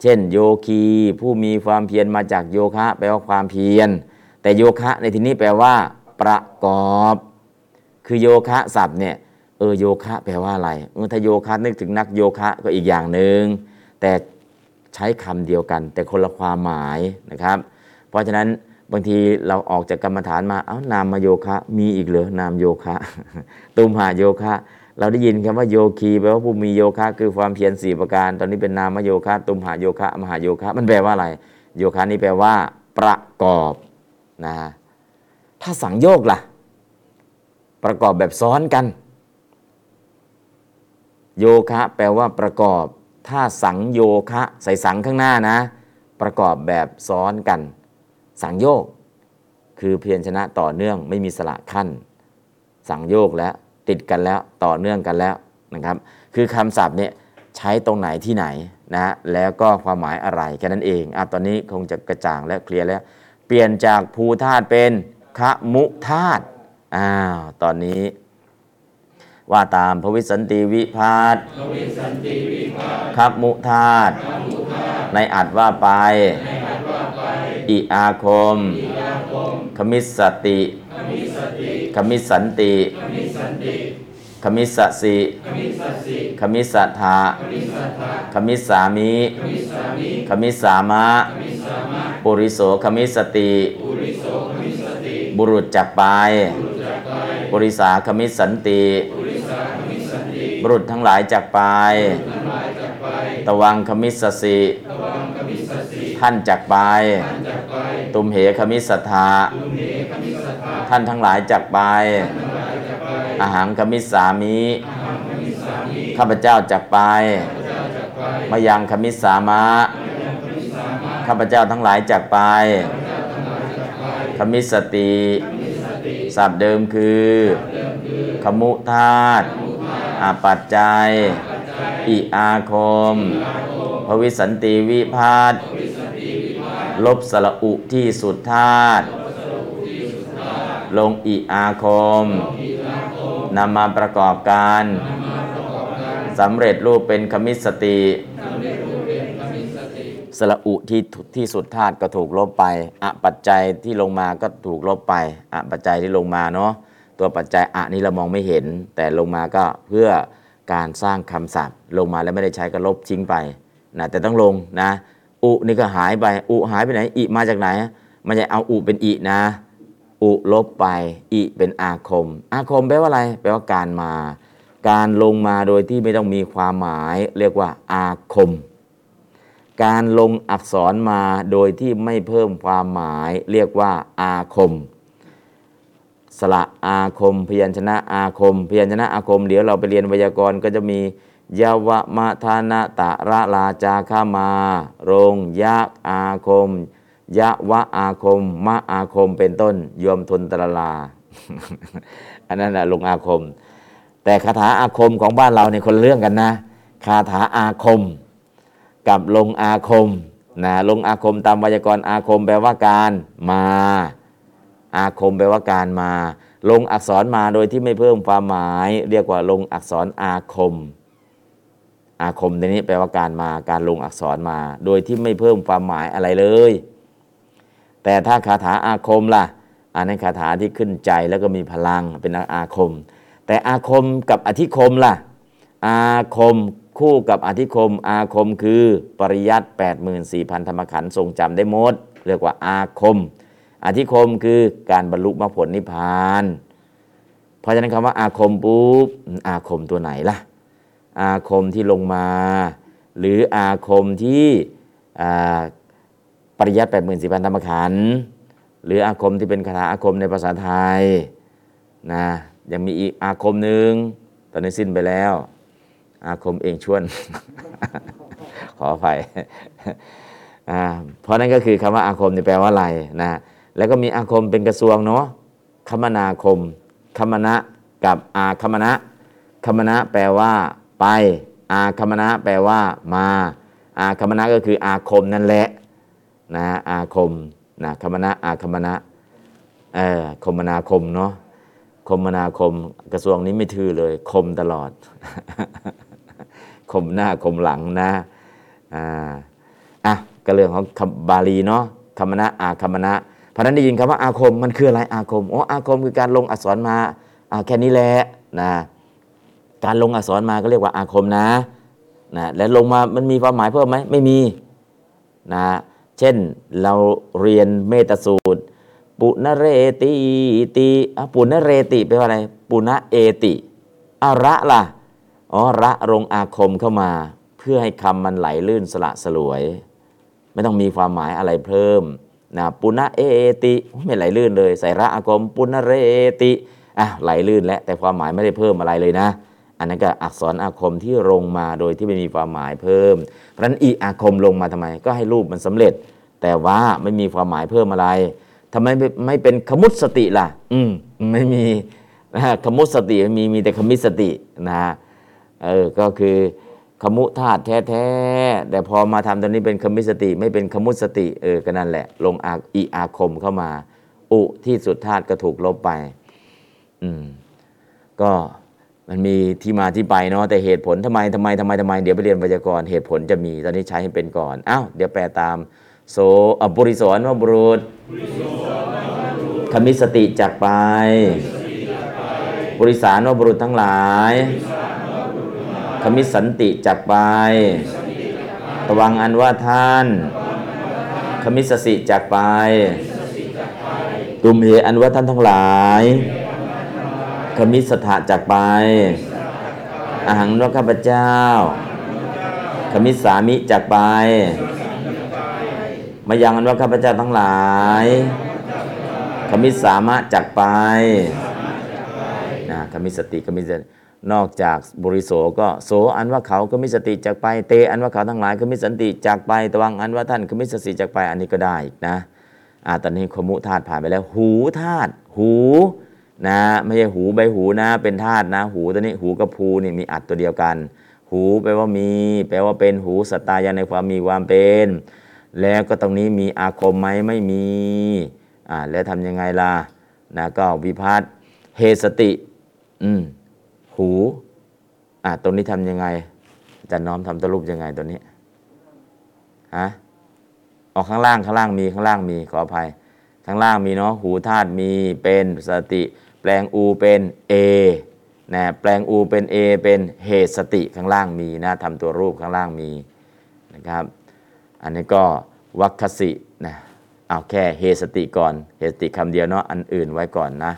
B: เช่น โยคี ผู้มีความเพียรมาจากโยคะ แปลว่าความเพียร แต่โยคะในที่นี้แปลว่า ประกอบ คือโยคะศัพท์เนี่ยเออโยคะ แปลว่าอะไรเออถ้าโยคะนึกถึงนักโยคะก็อีกอย่างหนึ่งแต่ ใช้คำเดียวกันแต่คนละความหมายนะครับ เพราะฉะนั้นบางทีเราออกจากกรรมฐานมาเอ้านามมาโยคะ มีอีกเหรอนามโยคะ ตุมหาโยคะ เราได้ยินคำว่าโยคีแปลว่าผู้มีโยคะ คือความเพียรสี่ประการ ตอนนี้เป็นนามโยคะ ตุมหาโยคะมหาโยคะ มันแปลว่าอะไร โยคะนี่แปลว่า ประกอบนะถ้าสังโยกล่ะ ประกอบแบบซ้อนกัน โยคะแปลว่าประกอบ ถ้าสังโยคะ ใส่สังข้างหน้านะ ประกอบแบบซ้อนกัน สังโยก คือเพียรชนะต่อเนื่องไม่มีสละขั้น สังโยกแล้วติดกันแล้วต่อเนื่องกันแล้วนะครับ คือคำศัพท์เนี่ยใช้ตรงไหนที่ไหนนะแล้วก็ความหมายอะไรแค่นั้นเองอ่ะตอนนี้คงจะกระจ่างและเคลียร์แล้ว เปลี่ยนจากภูธาตุเป็นคะมุธาตุอ้าวตอนนี้ ว่าตามพระวิสันติวิพาสครับมุธาตในอัดว่าไป อิอาคม ขมิสสติ ขมิสสันติ ขมิสสสิ ขมิสสัทธาขมิสสามิ ขมิสสามะ ปุริโสขมิสสติ บุรุษจักไป ปุริสาคมิสันติ บุรุษทั้งหลายจากไป ตวังคมิสสิ ท่านจากไป ตุมเหคมิสทาท่านทั้งหลายจากไป อาหังคมิสามิ ข้าพเจ้าจากไป มายังคมิสามะ ข้าพเจ้าทั้งหลายจากไป คมิสติ ศัพท์เดิมคือ ขมุธาตุอาปัจจัย อิอาคม ภวิสันติวิพาตลบสระอุที่สุดธาตุลงอิอาคม นำมาประกอบกันสำเร็จรูปเป็นขมิสติ สระอุที่ถูที่สุดธาตุก็ถูกลบไปอะปัจจัยที่ลงมาก็ถูกลบไปอะปัจจัยที่ลงมาเนาะตัวปัจจัยอะนี่เรามองไม่เห็น แต่ลงมาก็เพื่อการสร้างคำศัพท์ ลงมาแล้วไม่ได้ใช้ก็ลบทิ้งไปนะแต่ต้องลงนะ อุนี่ก็หายไป อุหายไปไหนอิมาจากไหนมันจะเอาอุเป็นอินะ อุลบไป อิเป็นอาคม อาคมแปลว่าอะไรแปลว่าการมา การลงมาโดยที่ไม่ต้องมีความหมาย เรียกว่าอาคม การลงอักษรมาโดยที่ไม่เพิ่มความหมาย เรียกว่าอาคม สระอาคม พยัญชนะอาคม พยัญชนะอาคม เดี๋ยวเราไปเรียนไวยากรณ์ก็จะมียาวะมะทานะตะระลาจาข้ามา โรงยะอาคม ยะวะอาคม มะอาคมเป็นต้นยอมทนตรลา อันนั้นแหละลงอาคม แต่คาถาอาคมของบ้านเราในยคนละเรื่องกันนะ คาถาอาคม กับลงอาคมนะลงอาคมตามไวยากรณ์อาคมแปลว่าการมา อาคมแปลว่าการมา ลงอักษรมาโดยที่ไม่เพิ่มความหมาย เรียกว่าลงอักษรอาคม อาคมในนี้แปลว่าการมาการลงอักษรมา โดยที่ไม่เพิ่มความหมายอะไรเลย แต่ถ้าคาถาอาคมล่ะอันนั้นคาถาที่ขึ้นใจแล้วก็มีพลังเป็นอาคม แต่อาคมกับอธิคมล่ะ อาคมคู่กับอธิคม อาคมคือปริยัติ84,000 ธรรมขันธ์ทรงจำได้หมด เรียกว่าอาคม อธิคมคือการบรรลุมรรคผลนิพพาน เพราะฉะนั้นคำว่าอาคมปุ๊บอาคมตัวไหนล่ะ อาคมที่ลงมา หรืออาคมที่อ่าปริยัติ8 4 0 0 0ธรรมขันธ์หรืออาคมที่เป็นคาถาอาคมในภาษาไทยนะยังมีอีกอาคมหนึ่งตอนนี้สิ้นไปแล้ว อาคมเองชวน ขออภัย อ่าเพราะนั่นก็คือคำว่าอาคมเนี่ยแปลว่าอะไรนะแล้วก็มีอาคมเป็นกระทรวงเนาะคมนาคม คมนะกับอาคมนะ คมนะแปลว่า ไป อาคมนะแปลว่า มา อาคมนะก็คืออาคมนั่นแหละนะอาคมนะคมนะอาคมนะเออคมนาคมเนาะคมนาคมกระทรวงนี้ไม่ทื่อเลย คมตลอด คมหน้าคมหลังนะอ่า อ่ะก็เรื่องของคำบาลีเนาะคำมนะอาคำมนะเพราะฉะนั้นได้ยินคำว่าอาคมมันคืออะไรอาคมอ๋ออาคมคือการลงอักษรมาอ่าแค่นี้แหละนะการลงอักษรมาก็เรียกว่าอาคมนะนะและลงมามันมีความหมายเพิ่มไหมไม่มีนะเช่นเราเรียนเมตสูตร ปุณเรติติอ่ะปุณเรติแปลว่าอะไร ปุณเอติอาระล่ะอ๋อระลงอาคมเข้ามา เพื่อให้คำมันไหลลื่นสละสลวย ไม่ต้องมีความหมายอะไรเพิ่มนะปุณะเอติโอ้ยไม่ไหลลื่นเลย ใส่ระอากมปุณะเรติอ่ะไหลลื่นแล้วแต่ความหมายไม่ได้เพิ่มอะไรเลยนะ อันนั้นก็อักษรอาคมที่ลงมาโดยที่ไม่มีความหมายเพิ่ม เพราะฉะนั้นอีอาคมลงมาทำไม ก็ให้รูปมันสำเร็จ แต่ว่าไม่มีความหมายเพิ่มอะไรทำไมไม่ไม่เป็นขมุตสติล่ะ อืมไม่มี นะฮะขมุตสติไม่มีมีแต่ขมิตสตินะฮะ เออ ก็คือขมุธาตุแท้ๆ แต่พอมาทำตอนนี้เป็นขมิสติไม่เป็นขมุสติ เออ ก็นั่นแหละ ลงอาอีอาคมเข้ามา อุที่สุดธาตุก็ถูกลบไป อืม ก็มันมีที่มาที่ไปเนาะ แต่เหตุผลทำไมทำไมทำไมทำไม เดี๋ยวไปเรียนไวยากรณ์เหตุผลจะมี ตอนนี้ใช้ให้เป็นก่อน อ้าว เดี๋ยวแปลตาม โสอะบุริโสอนว่าบุรุษขมิสติจากไป บุริสานว่าบุรุษทั้งหลาย ขมิสันติจากไป ตวังอันว่าท่าน ขมิสสิจากไป ตุมเหอันว่าท่านทั้งหลาย ขมิสถะจากไป อาหังว่าข้าพเจ้า ขมิสามิจากไป มายังอันว่าข้าพเจ้าทั้งหลาย ขมิสามะจากไป นะกมิสติกมิสตินอกจากบริโสก็โสอันว่าเขาก็มิสติจากไปเตอันว่าเขาทั้งหลายก็มิสันติจากไปตวังอันว่าท่านก็มิสติจากไปอันนี้ก็ได้อีกนะอ่าตอนนี้ขมุธาตุผ่านไปแล้ว หูธาตุหูนะไม่ใช่หูใบหูนะ เป็นธาตุนะ หูตัวนี้หูกับภูนี่มีอัดตัวเดียวกัน หูแปลว่ามี แปลว่าเป็นหูสัตตายาในความมีความเป็น แล้วก็ตรงนี้มีอาคมไหมไม่มีอ่าแล้วทำยังไงล่ะนะก็วิพัตเฮสติ อืม หู อ่ะตรงนี้ทำยังไงอาจารย์น้อมทำตัวรูปยังไงตัวนี้ ฮะออกข้างล่างข้างล่างมีข้างล่างมีขออภัย ข้างล่างมีเนาะ หูธาตุมีเป็นสติ แปลงอูเป็นเอนะแปลงอูเป็นเอเป็นเหตุสติข้างล่างมีนะทำตัวรูปข้างล่างมีนะครับ อันนี้ก็วัคคสินะเอาแค่เหตุสติก่อนเหตุสติคำเดียวเนาะอันอื่นไว้ก่อนนะ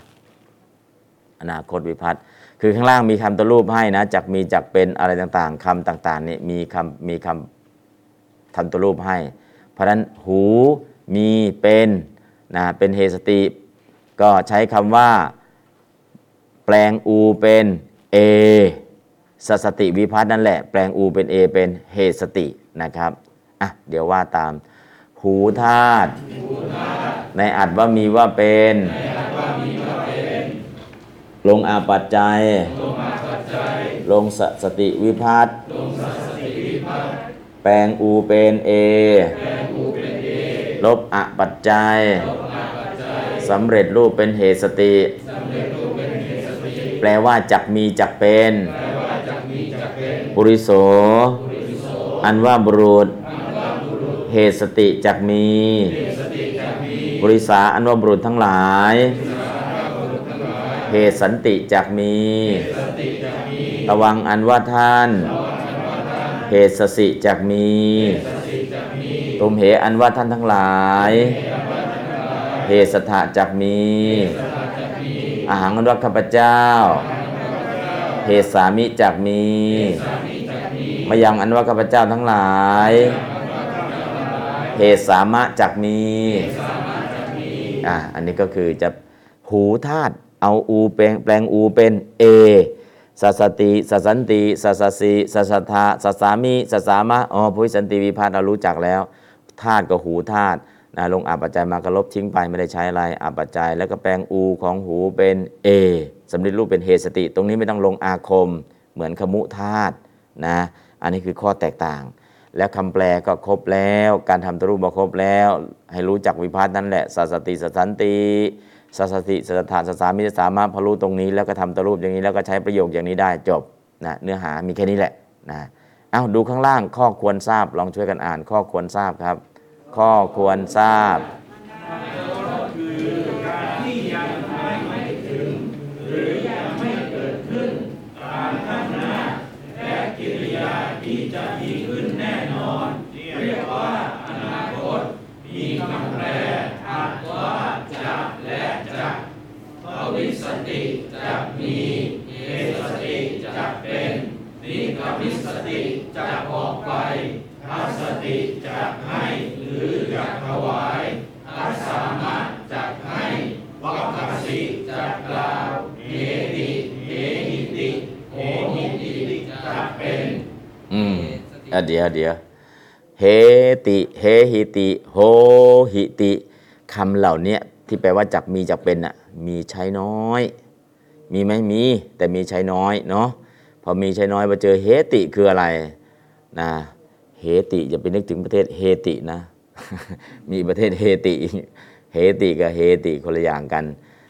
B: อนาคตวิพัฒน์คือข้างล่างมีคำตัวรูปให้นะจากมีจากเป็นอะไรต่างๆคำต่างๆนี่มีคำมีคำทำตัวรูปให้ เพราะฉะนั้นหูมีเป็นนะเป็นเฮสติ ก็ใช้คำว่า แปลงอูเป็นเอสสติวิพัฒน์นั่นแหละ แปลงอูเป็นเอเป็นเฮสตินะครับอ่ะเดี๋ยวว่าตาม หูธาตุในอัดว่ามีว่าเป็น ลงอาปัจจัย ลงสสติวิพัตแปลงอูเป็นเอ ลบอปัจจัย สำเร็จรูปเป็นเหตุสติ แปลว่าจักมีจักเป็น
C: จากนี้จะเป็น
B: ปุริโส อันว่าบุรุษ เหตุสติจักมี ปุริสาอันว่าบุรุษทั้งหลาย เหตุสันติจักมี ตวังอันว่าท่าน เหตุสสิจักมี ตุมเหอันว่าท่านทั้งหลาย เหตุสถะจักมี อาหารอันว่าข้าพเจ้า เหตุสามิจักมี มายังอันว่าข้าพเจ้าทั้งหลาย เหตุสามะจักมี อ่า อันนี้ก็คือจะหูธาตุเอาอูแปลงแปลงอูเป็นเอสัสสติสัสสันติสัสสสีสัสสทธาสัสสามิสัสสามะอ๋อพุทธสันติวิพัฒน์เรารู้จักแล้วธาตุก็หูธาตุนะลงอาปัจจัยมากระลบทิ้งไปไม่ได้ใช้อะไรอาปัจจัย แล้วก็แปลงอูของหูเป็นเอสำเร็จรูปเป็นเหตุสติ ตรงนี้ไม่ต้องลงอาคม เหมือนขมุธาตุนะอันนี้คือข้อแตกต่าง และคำแปลก็ครบแล้ว การทำตรูปก็ครบแล้ว ให้รู้จักวิพาทนั่นแหละสัสสติสัสสันติสัสสติสัสสถานสัสสามิสัสสามารถพอรู้ตรงนี้ แล้วก็ทำตรูปอย่างนี้แล้วก็ใช้ประโยคอย่างนี้ได้จบนะเนื้อหามีแค่นี้แหละนะเอาดูข้างล่างข้อควรทราบลองช่วยกันอ่าน ข้อควรทราบครับ ข้อควรทราบ อืมอ่ะเดี๋ยวเดี๋ยวเฮติเฮหิติโหหิติคำเหล่าเนี้ยที่แปลว่าจักมีจักเป็นน่ะมีใช้น้อย มีไหมมี แต่มีใช้น้อยเนาะพอมีใช้น้อยมาเจอเฮติคืออะไรนะเฮติอย่าไปนึกถึงประเทศเฮตินะ มีประเทศเฮติอีกเฮติกับเฮติคนละอย่างกัน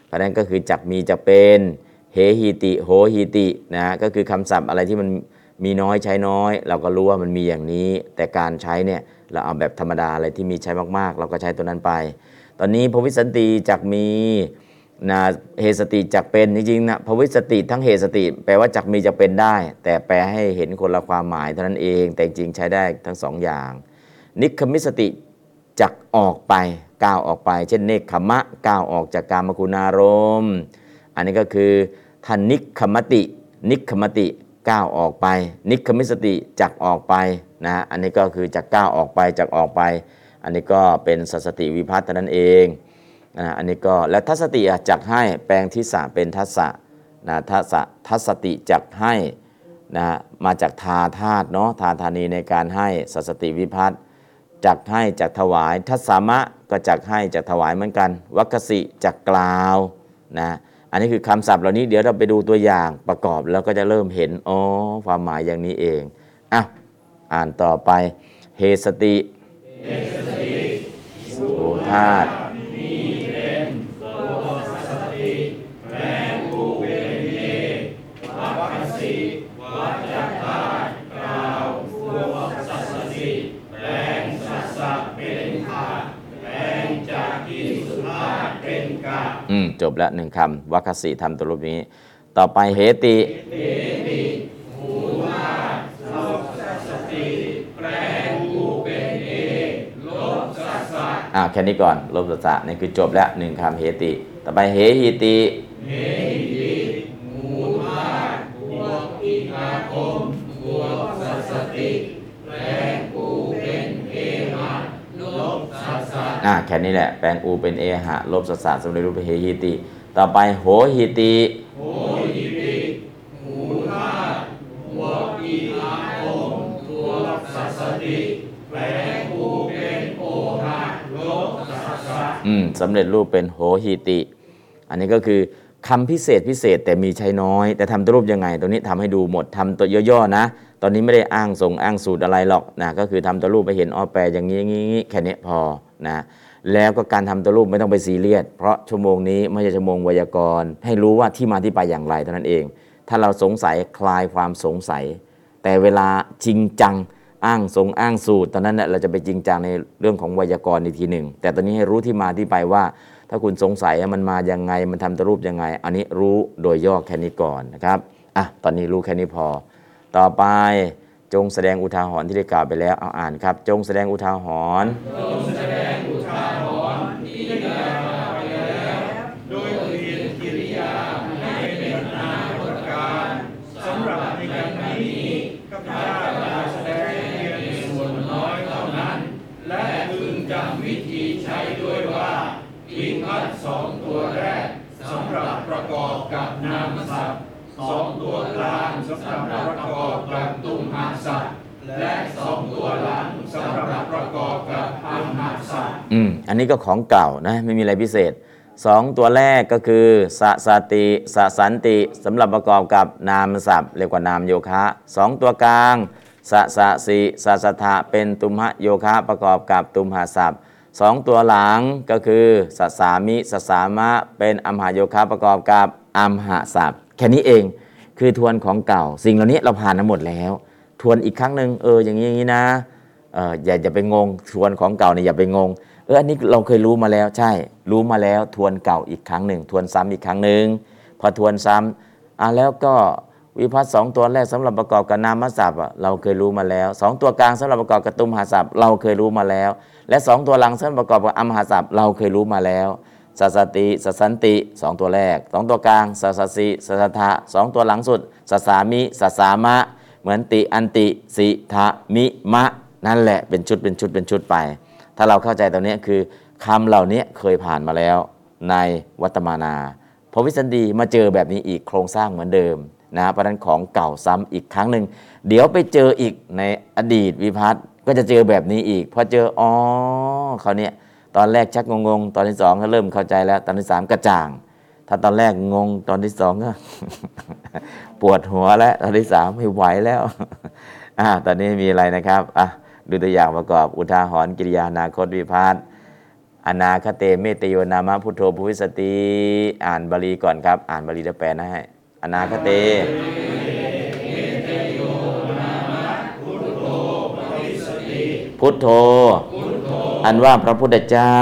B: เพราะฉะนั้นก็คือจักมีจักเป็นเฮหิติโหหิตินะก็คือคำศัพท์อะไรที่มันมีน้อยใช้น้อย เราก็รู้ว่ามันมีอย่างนี้ แต่การใช้เนี่ยเราเอาแบบธรรมดาอะไรที่มีใช้มากๆ เราก็ใช้ตัวนั้นไป ตอนนี้พวิสันติจักมีนะเฮสติจักเป็นจริงๆนะพวิสติทั้งเฮสติ แปลว่าจักมีจักเป็นได้ แต่แปลให้เห็นคนละความหมายเท่านั้นเองแต่จริงๆใช้ได้ทั้งสองอย่าง นิคมิสติจักออกไปก้าวออกไป เช่นเนคขมะก้าวออกจากกามคุณารมณ์ อันนี้ก็คือท่านนิคมติ นิคมติก้าวออกไป นิคมิสติจักออกไปนะอันนี้ก็คือจักก้าวออกไปจักออกไป อันนี้ก็เป็นสัสสติวิพัฒน์เท่านั้นเองนะอันนี้ก็แล้วทัศสติอะจักให้แปลงทิสะเป็นทัศสะนะทัศสะทัศสติจักให้นะมาจากทาธาตุเนาะทาธานีในการให้สัสสติวิพัฒน์ จักให้จักถวายทัศสามะก็จักให้จักถวายเหมือนกันวัคคสิจักกล่าวนะอันนี้คือคำศัพท์เหล่านี้เดี๋ยวเราไปดูตัวอย่างประกอบแล้วก็จะเริ่มเห็นอ๋อความหมายอย่างนี้เองอ่ะอ่านต่อไปเฮสติโอธาตอืมจบละหนึ่งคำวัคคสิทำตัวรูปนี้ ต่อไปเฮติอ่าแค่นี้ก่อนลบสัสสะนี่คือจบแล้วหนึ่งคำเฮติ ต่อไปเฮหิติ อ่าแค่นี้แหละ แปลงอูเป็นเอหะ ลบสสะสำเร็จรูปเป็นเฮหิติ ต่อไปโหหิติ อืมสำเร็จรูปเป็นโหหิติ อันนี้ก็คือคำพิเศษพิเศษแต่มีใช้น้อย แต่ทำตัวรูปยังไง ตัวนี้ทำให้ดูหมดทำตัวย่อๆนะ ตอนนี้ไม่ได้อ้างทรงอ้างสูตรอะไรหรอกนะก็คือทำตัวรูปไปเห็นอ้อแปลอย่างนี้อย่างนี้อย่างนี้แค่เนี้ยพอนะแล้วก็การทำตัวรูปไม่ต้องไปซีเรียสเพราะชั่วโมงนี้ไม่ใช่ชั่วโมงไวยากรณ์ ให้รู้ว่าที่มาที่ไปอย่างไรเท่านั้นเอง ถ้าเราสงสัยคลายความสงสัย แต่เวลาจริงจังอ้างทรงอ้างสูตร ตอนนั้นเนี่ยเราจะไปจริงจังในเรื่องของไวยากรณ์อีกทีหนึ่ง แต่ตอนนี้ให้รู้ที่มาที่ไปว่า ถ้าคุณสงสัยมันมายังไงมันทำตรูปยังไง อันนี้รู้โดยย่อแค่นี้ก่อนนะครับอ่ะตอนนี้รู้แค่นี้พอ ต่อไปจงแสดงอุทาหรณ์ที่ได้กล่าวไปแล้วเอาอ่านครับ จงแสดงอุทาหรณ์อืมอันนี้ก็ของเก่านะไม่มีอะไรพิเศษสองตัวแรกก็คือสสติสสันติสำหรับประกอบกับนามศัพท์เรียกว่านามโยคะสองตัวกลางสสะสิสสัทธะเป็นตุมหะโยคะประกอบกับตุมหะศัพท์สองตัวหลังก็คือสสามิสสามะเป็นอัมหโยคะประกอบกับอัมหะศัพท์แค่นี้เอง คือทวนของเก่า สิ่งเหล่านี้เราผ่านมาหมดแล้ว ทวนอีกครั้งหนึ่งเอออย่างนี้อย่างนี้นะเอออย่าอย่าไปงง ทวนของเก่าเนี่ยอย่าไปงงเอออันนี้เราเคยรู้มาแล้วใช่ รู้มาแล้วทวนเก่าอีกครั้งหนึ่งทวนซ้ำอีกครั้งหนึ่งพอทวนซ้ำอ่ะแล้วก็วิพัฒน์สองตัวแรกสำหรับประกอบกับนามศัพท์อ่ะเราเคยรู้มาแล้วสองตัวกลางสำหรับประกอบกับตุมหาศัพท์เราเคยรู้มาแล้ว และสองตัวหลังสำหรับประกอบกับอัมหาศัพท์เราเคยรู้มาแล้ว สัสสติสัสสันติสองตัวแรกสองตัวกลางสัสสสิสัสสทะสองตัวหลังสุดสัสสามิสัสสามะ เหมือนติอันติสิทะมิมะ นั่นแหละเป็นชุดเป็นชุดเป็นชุดไป ถ้าเราเข้าใจตรงเนี้ยคือคำเหล่านี้เคยผ่านมาแล้วในวัตมานาพอวิสันดีมาเจอแบบนี้อีกโครงสร้างเหมือนเดิมนะเพราะฉะนั้นของเก่าซ้ำอีกครั้งหนึ่งเดี๋ยวไปเจออีกในอดีตวิพัฒน์ก็จะเจอแบบนี้อีกพอเจออ๋อเขาวเนี้ย ตอนแรกชักงงๆ ตอนที่สองก็เริ่มเข้าใจแล้ว ตอนที่สามกระจ่าง ถ้าตอนแรกงง ตอนที่สองก็ ปวดหัวแล้ว ตอนที่สามไม่ไหวแล้ว อ่า ตอนนี้มีอะไรนะครับ อ่ะ ดูตัวอย่างประกอบ อุทาหรณ์กิริยาอนาคตวิพาทอนาคเตเมตโยนามะพุทโธภุวิสติ อ่านบาลีก่อนครับ อ่านบาลีแล้วแปลนะให้ อนาคเต พุทโธ อันว่าพระพุทธเจ้า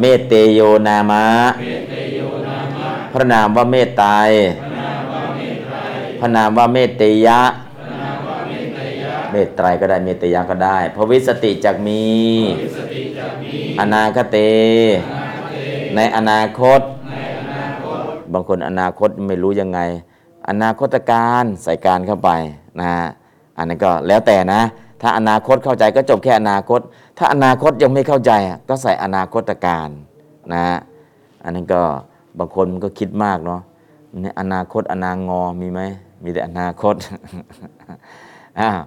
B: เมตเตโยนามะ พระนามว่าเมตไตรพระนามว่าเมตเตยะ เมตไตรก็ได้เมตเตยะก็ได้ พระวิสติจักมี อนาคเต ในอนาคต บางคนอนาคตไม่รู้ยังไง อนาคตการใส่การเข้าไปนะฮะอันนั้นก็แล้วแต่นะ ถ้าอนาคตเข้าใจก็จบแค่อนาคต ถ้าอนาคตยังไม่เข้าใจอะก็ใส่อนาคตการนะฮะอันนั้นก็บางคนมันก็คิดมากเนาะเนี่ยอนาคตอนางอมีไหมมีแต่อนาคต อ้าว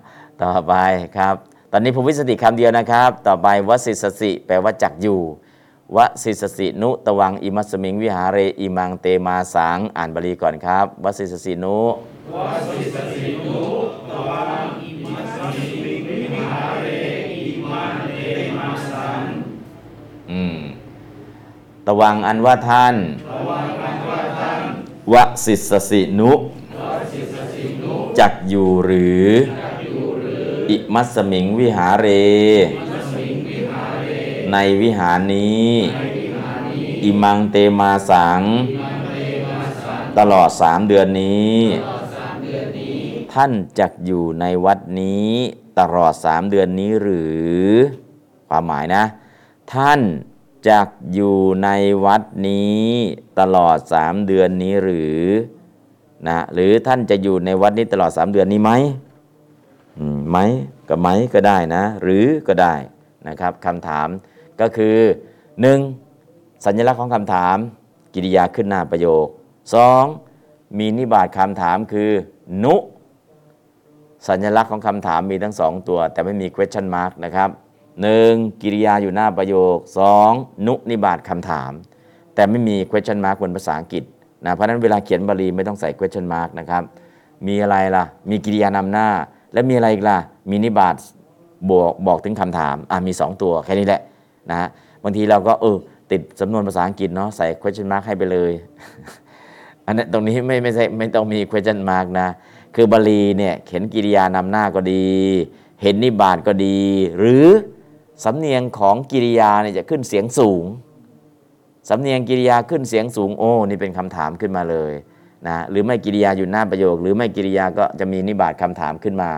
B: ต่อไปครับ ตอนนี้ผมวิสติคำเดียวนะครับ ต่อไปวสิสสิ แปลว่าจักอยู่ วสิสสินุตวังอิมัสมิงวิหาเรอิมังเตมาสังอ่านบาลีก่อนครับวสิสสินุอืมตวังอันว่าท่านวสิสสินุจักอยู่หรือ อิมัสมิงวิหาเร ในวิหารนี้ อิมังเตมาสัง ตลอดสามเดือนนี้ ท่านจักอยู่ในวัดนี้ ตลอดสามเดือนนี้หรือ ความหมายนะ ท่านจักอยู่ในวัดนี้ ตลอดสามเดือนนี้หรือนะหรือท่านจะอยู่ในวัดนี้ตลอดสามเดือนนี้ไหม อืมไหมกับไหมก็ได้นะ หรือก็ได้นะครับคำถามก็คือ 1. สัญลักษณ์ของคำถาม กิริยาขึ้นหน้าประโยค 2. มีนิบาตคำถามคือ นุ สัญลักษณ์ของคำถามมีทั้ง 2 ตัว แต่ไม่มี question mark นะครับ 1. กิริยาอยู่หน้าประโยค 2. นุนิบาตคำถาม แต่ไม่มี question mark บนภาษาอังกฤษนะเพราะฉะนั้นเวลาเขียนบาลีไม่ต้องใส่ question mark นะครับ มีอะไรล่ะ มีกิริยานำหน้า และมีอะไรอีกล่ะ มีนิบาตบอกบอกถึงคำถาม อ่ะ มี 2 ตัวแค่นี้แหละนะฮะ บางทีเราก็เออติดสำนวนภาษาอังกฤษเนาะใส่ question mark ให้ไปเลย อันนั้นตรงนี้ไม่ไม่ใช่ไม่ต้องมี question mark นะ คือบาลีเนี่ยเห็นกิริยานำหน้าก็ดี เห็นนิบาตก็ดี หรือสำเนียงของกิริยาเนี่ยจะขึ้นเสียงสูง สำเนียงกิริยาขึ้นเสียงสูงโอ้นี่เป็นคำถามขึ้นมาเลยนะหรือไม่กิริยาอยู่หน้าประโยค หรือไม่กิริยาก็จะมีนิบาตคำถามขึ้นมา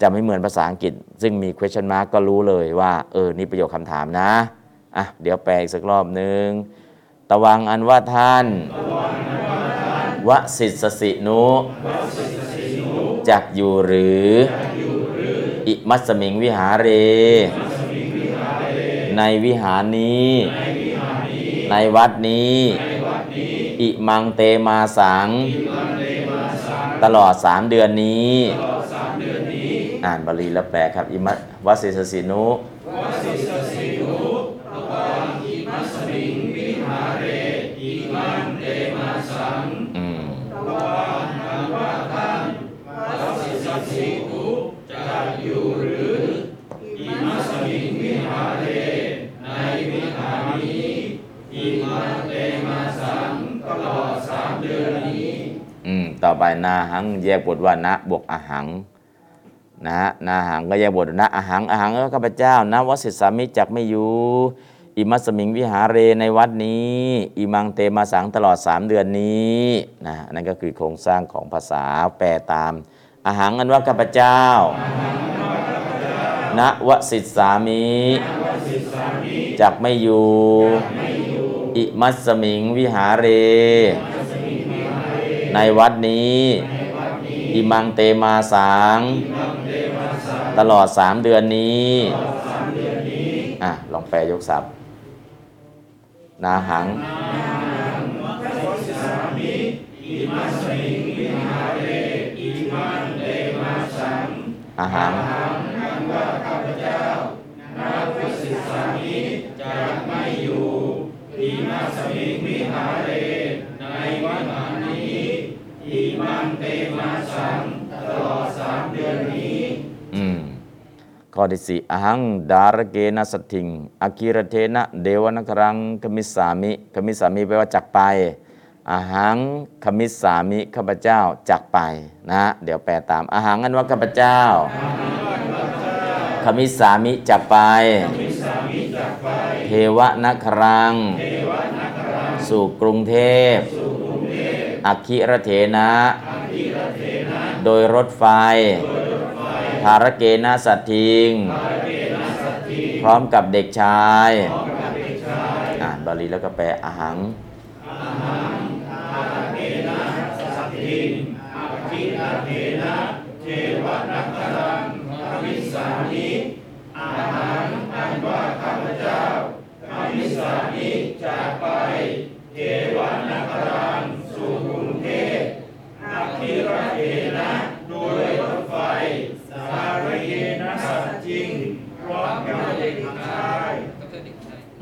B: จะไม่เหมือนภาษาอังกฤษ ซึ่งมี question mark ก็รู้เลยว่าเออนี่ประโยคคำถามนะอ่ะเดี๋ยวแปลอีกสักรอบหนึ่งตวังอันว่าท่านวสิทธสินุจักอยู่หรือ อิมัสมิงวิหาเร ในวิหารนี้ ในวัดนี้ อิมังเตมาสัง ตลอดสามเดือนนี้ อ่านบาลีแล้วแปลครับ อิมัสวัสสิสสินุ อืมอืม ต่อไปนาหังแยกบทว่านะบวกอาหัง นะฮะนาหังก็แยกบทนะอาหังอาหังก็ข้าพเจ้านะวสิทธิสามิจักไม่อยู่ อิมัสมิงวิหาเรในวัดนี้ อิมังเตมาสังตลอด 3 เดือนนี้นะฮะนั่นก็คือโครงสร้างของภาษาแปลตามอาหังอันว่าข้าพเจ้านะวสิทธิสามิจักไม่อยู่ อิมัสมิงวิหาเร ในวัดนี้ อิมังเตมาสัง ตลอด 3 เดือนนี้อ่ะลองแปลยกศัพท์นาหัง อาหารอืม ข้อที่สี่อหังดารเกนะสทถิงอากิรเทนะเดวนครังขมิสสามิขมิสสามิแปลว่าจักไปอาหังขมิสสามิข้าพเจ้าจักไปนะ เดี๋ยวแปลตามอาหังอันว่าข้าพเจ้าขมิสสามิจักไป เทวนะครัง สู่กรุงเทพอัคิรเทนะ โดยรถไฟ ภารเกนาสัตทิง พร้อมกับเด็กชาย อ่านบาลีแล้วก็แปลอาหัง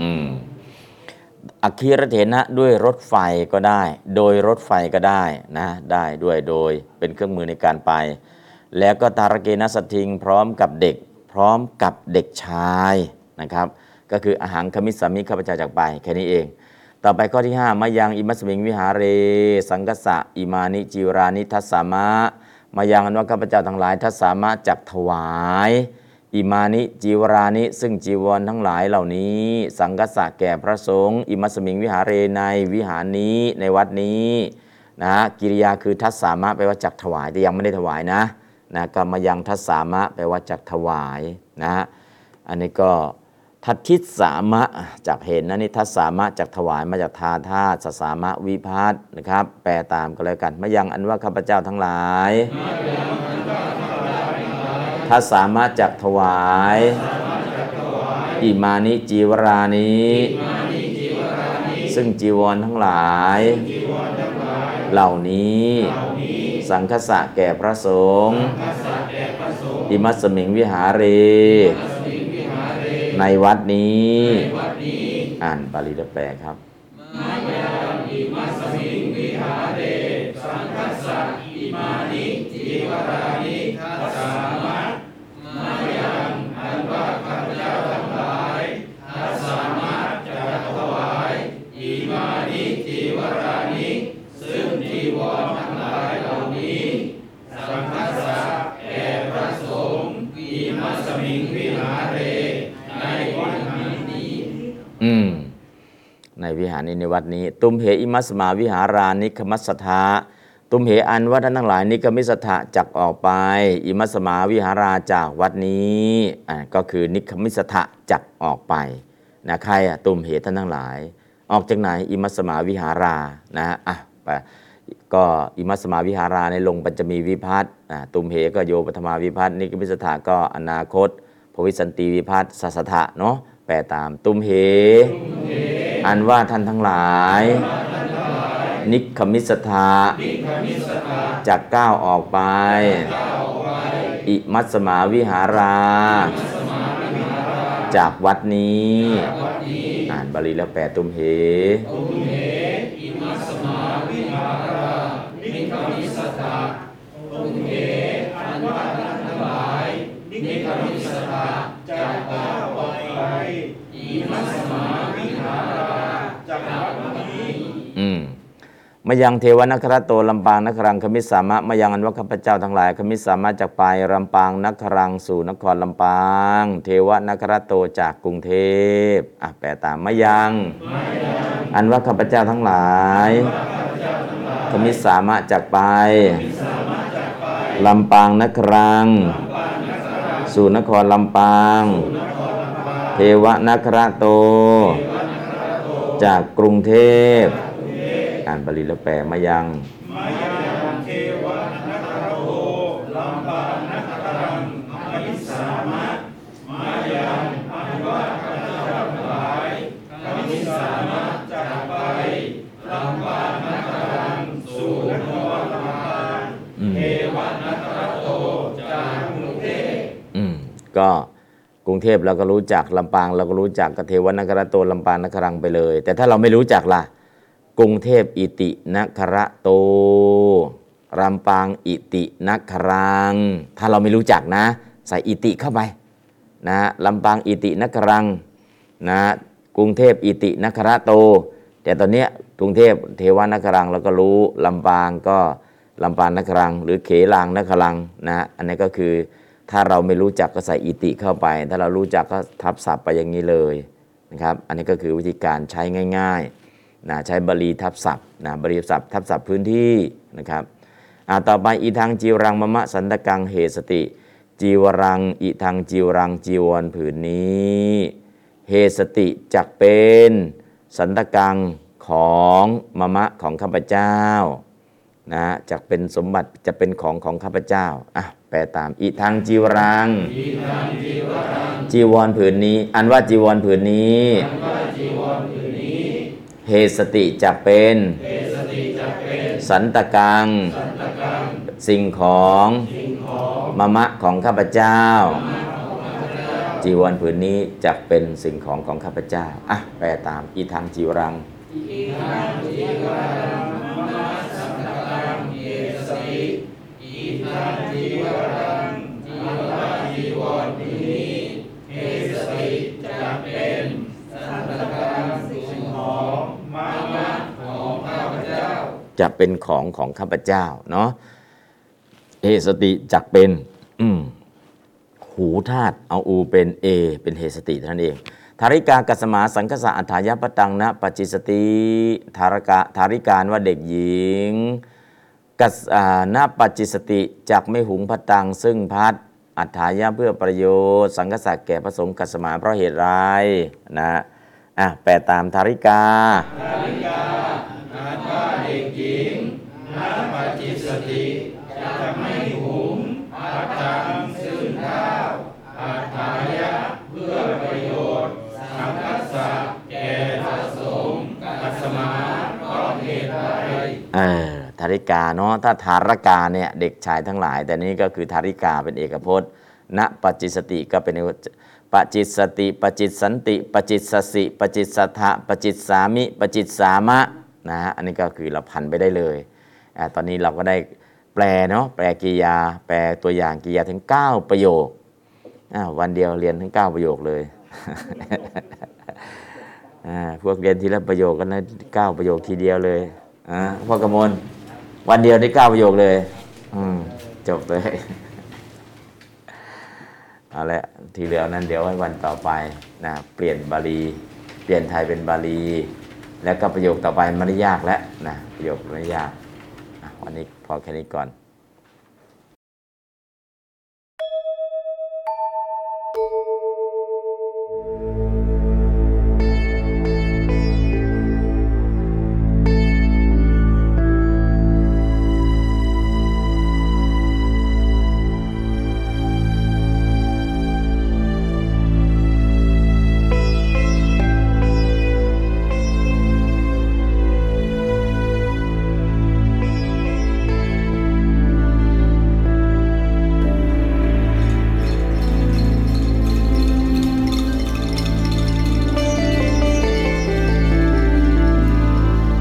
B: อืมอคีรเถนะด้วยรถไฟก็ได้ โดยรถไฟก็ได้นะ ได้ด้วยโดยเป็นเครื่องมือในการไป แล้วก็ตารเกนสตทิงพร้อมกับเด็ก พร้อมกับเด็กชายนะครับ ก็คืออาหารคมิสสามิข้าพเจ้าจากไปแค่นี้เอง ต่อไปข้อที่ 5 มายังอิมัสมิงวิหาเร สังกสสะอิมานิจิรานิทัสสามะ มายังอันว่าข้าพเจ้าทั้งหลายทัสสามะจักถวาย อิมานิจีวรานิซึ่งจีวรทั้งหลายเหล่านี้ สังกสะแก่พระสงฆ์อิมัสมิงวิหารเรในวิหารนี้ในวัดนี้นะกิริยาคือทัศสามะแปลว่าจักถวาย แต่ยังไม่ได้ถวายนะนะกรรมยังทัศสามะแปลว่าจักถวายนะอันนี้ก็ทัทิศสามะจากเห็นนะนี่ทัศสามะจากถวายมาจากทาธาตุสสามะวิพัตนะครับ แปลตามก็แล้วกันมายังอันว่าข้าพเจ้าทั้งหลาย ถ้าสามารถจักถวาย อิมานิจีวรานี้ ซึ่งจีวรทั้งหลาย เหล่านี้ สังคสะแก่พระสงฆ์อิมัสมิงวิหาเร ในวัดนี้ อ่านบาลีและแปลครับ
C: ท
B: ในวิหารนี้ในวัดนี้ ตุมเหอิมัสมาวิหารานิคมัสสทาตุมเหอันว่าท่านทั้งหลายนิคมิสทะจักออกไป อิมัสมาวิหาราจากวัดนี้อ่าก็คือนิคมิสทะจักออกไปนะใครอะตุมเหท่านทั้งหลาย ออกจากไหนอิมัสมาวิหารานะอ่ะไปก็อิมัสมาวิหาราในลงปัญจมีวิพัฒน์อ่าตุมเหก็โยปฐมาวิพัฒน์นิคมิสทะก็อนาคต พวิสันติวิพัฒน์สัสทะเนาะแปลตามตุมเห อันว่าท่านทั้งหลาย นิคมิสทาจากก้าวออกไป อิมัสมาวิหารา จากวัดนี้ อ่านบาลีแล้วแปลตุมเห อืมมายังเทวนาคราโตลำปางนครังคมิสสามะมายังอันว่าข้าพเจ้าทั้งหลายคมิสสามะจากไปลำปางนครังสู่นครลำปาง เทวนาคราโตจากกรุงเทพอ่ะแปลตามมายังอันว่าข้าพเจ้าทั้งหลายคมิสสามะจากไปลำปางนครัง สู่นครลำปาง เทวนาคราโต จากกรุงเทพ อ่านบาลีแล้วแปลมายัง อืมก็กรุงเทพเราก็รู้จักลำปางเราก็รู้จักกเทวนครโตลำปางนครังไปเลย แต่ถ้าเราไม่รู้จักล่ะ กรุงเทพอิตินคระโตลำปางอิตินครัง ถ้าเราไม่รู้จักนะ ใส่อิติเข้าไปนะลำปางอิตินครังนะกรุงเทพอิตินคระโต แต่ตอนเนี้ยกรุงเทพเทวนครังเราก็รู้ลำปางก็ลำปางนครัง หรือเขลางนครังนะอันนี้ก็คือ ถ้าเราไม่รู้จักก็ใส่อิติเข้าไป ถ้าเรารู้จักก็ทับศัพท์ไปอย่างนี้เลยนะครับ อันนี้ก็คือวิธีการใช้ง่ายๆนะใช้บาลีทับศัพท์นะบาลีทับศัพท์ทับศัพท์พื้นที่นะครับอ่าต่อไปอีทางจีวรังมะมะสันตกังเหสติ จีวรังอีทางจีวรังจีวรผืนนี้เหสติจักเป็นสันตกังของมะมะของข้าพเจ้า นะจักเป็นสมบัติจะเป็นของของข้าพเจ้าอ่ะแปลตามอีทางจีวรัง จีวรผืนนี้ อันว่าจีวรผืนนี้เฮสติจะเป็นสันตกัง สิ่งของมะมะของข้าพเจ้า จีวรผืนนี้จะเป็นสิ่งของของข้าพเจ้าอ่ะแปลตามอีทางจีวรัง จะเป็นของของข้าพเจ้าเนาะเอสติจักเป็นอืมหูธาตุเอาอูเป็นเอ เป็นเฮสติเท่านั้นเองธาริกากัสมาสังคสะอัฏฐายปตังนะปจจิสติธารกะธาริการว่าเด็กหญิง กัสอ่านาปัจจิสติจักไม่หุงพตัง ซึ่งพัด อัฏฐายะเพื่อประโยชน์ สังกษัตริย์แก่พระสงฆ์กัสมาเพราะเหตุไรนะอ่ะแปลตามธาริกา เออธาริกาเนาะถ้าธารกาเนี่ยเด็กชายทั้งหลาย แต่นี่ก็คือธาริกาเป็นเอกพจน์ณปจจิสติก็เป็นเอกพจน์ปจจิสติปจจิตสันติปจจิตสสิปจจิตสัทธะปจจิตสามิปจจิตสามะนะฮะอันนี้ก็คือเราพันไปได้เลยอ่าตอนนี้เราก็ได้แปลเนาะแปลกริยา แปลตัวอย่างกริยาถึง 9 ประโยคอ่าวันเดียวเรียนทั้ง 9 ประโยคเลย อ่าพวกเรียนทีละประโยคกันนะเก้าประโยคทีเดียวเลยอ่าพ่อกมลวันเดียวได้เก้าประโยคเลยอืมจบเลย เอาละทีเหลือนั้นเดี๋ยวไว้วันต่อไปนะเปลี่ยนบาลี เปลี่ยนไทยเป็นบาลี แล้วก็ประโยคต่อไปมันไม่ได้ยากแล้วนะประโยคไม่ได้ยากอ่ะวันนี้พอแค่นี้ก่อน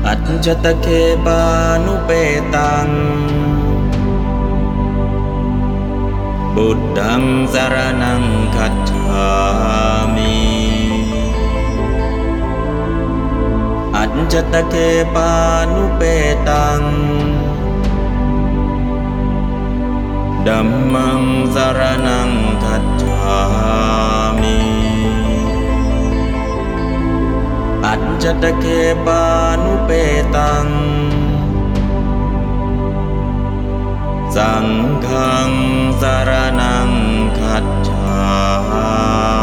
A: อัจจตเคปานุเปตัง บุตธังสารนังคัจฉามิอัจจตเคปานุเปตัง ดัมมังสารนังคัจฉามิ อัจจตเคปานุเปตัง สังฆังสารนังคัจฉา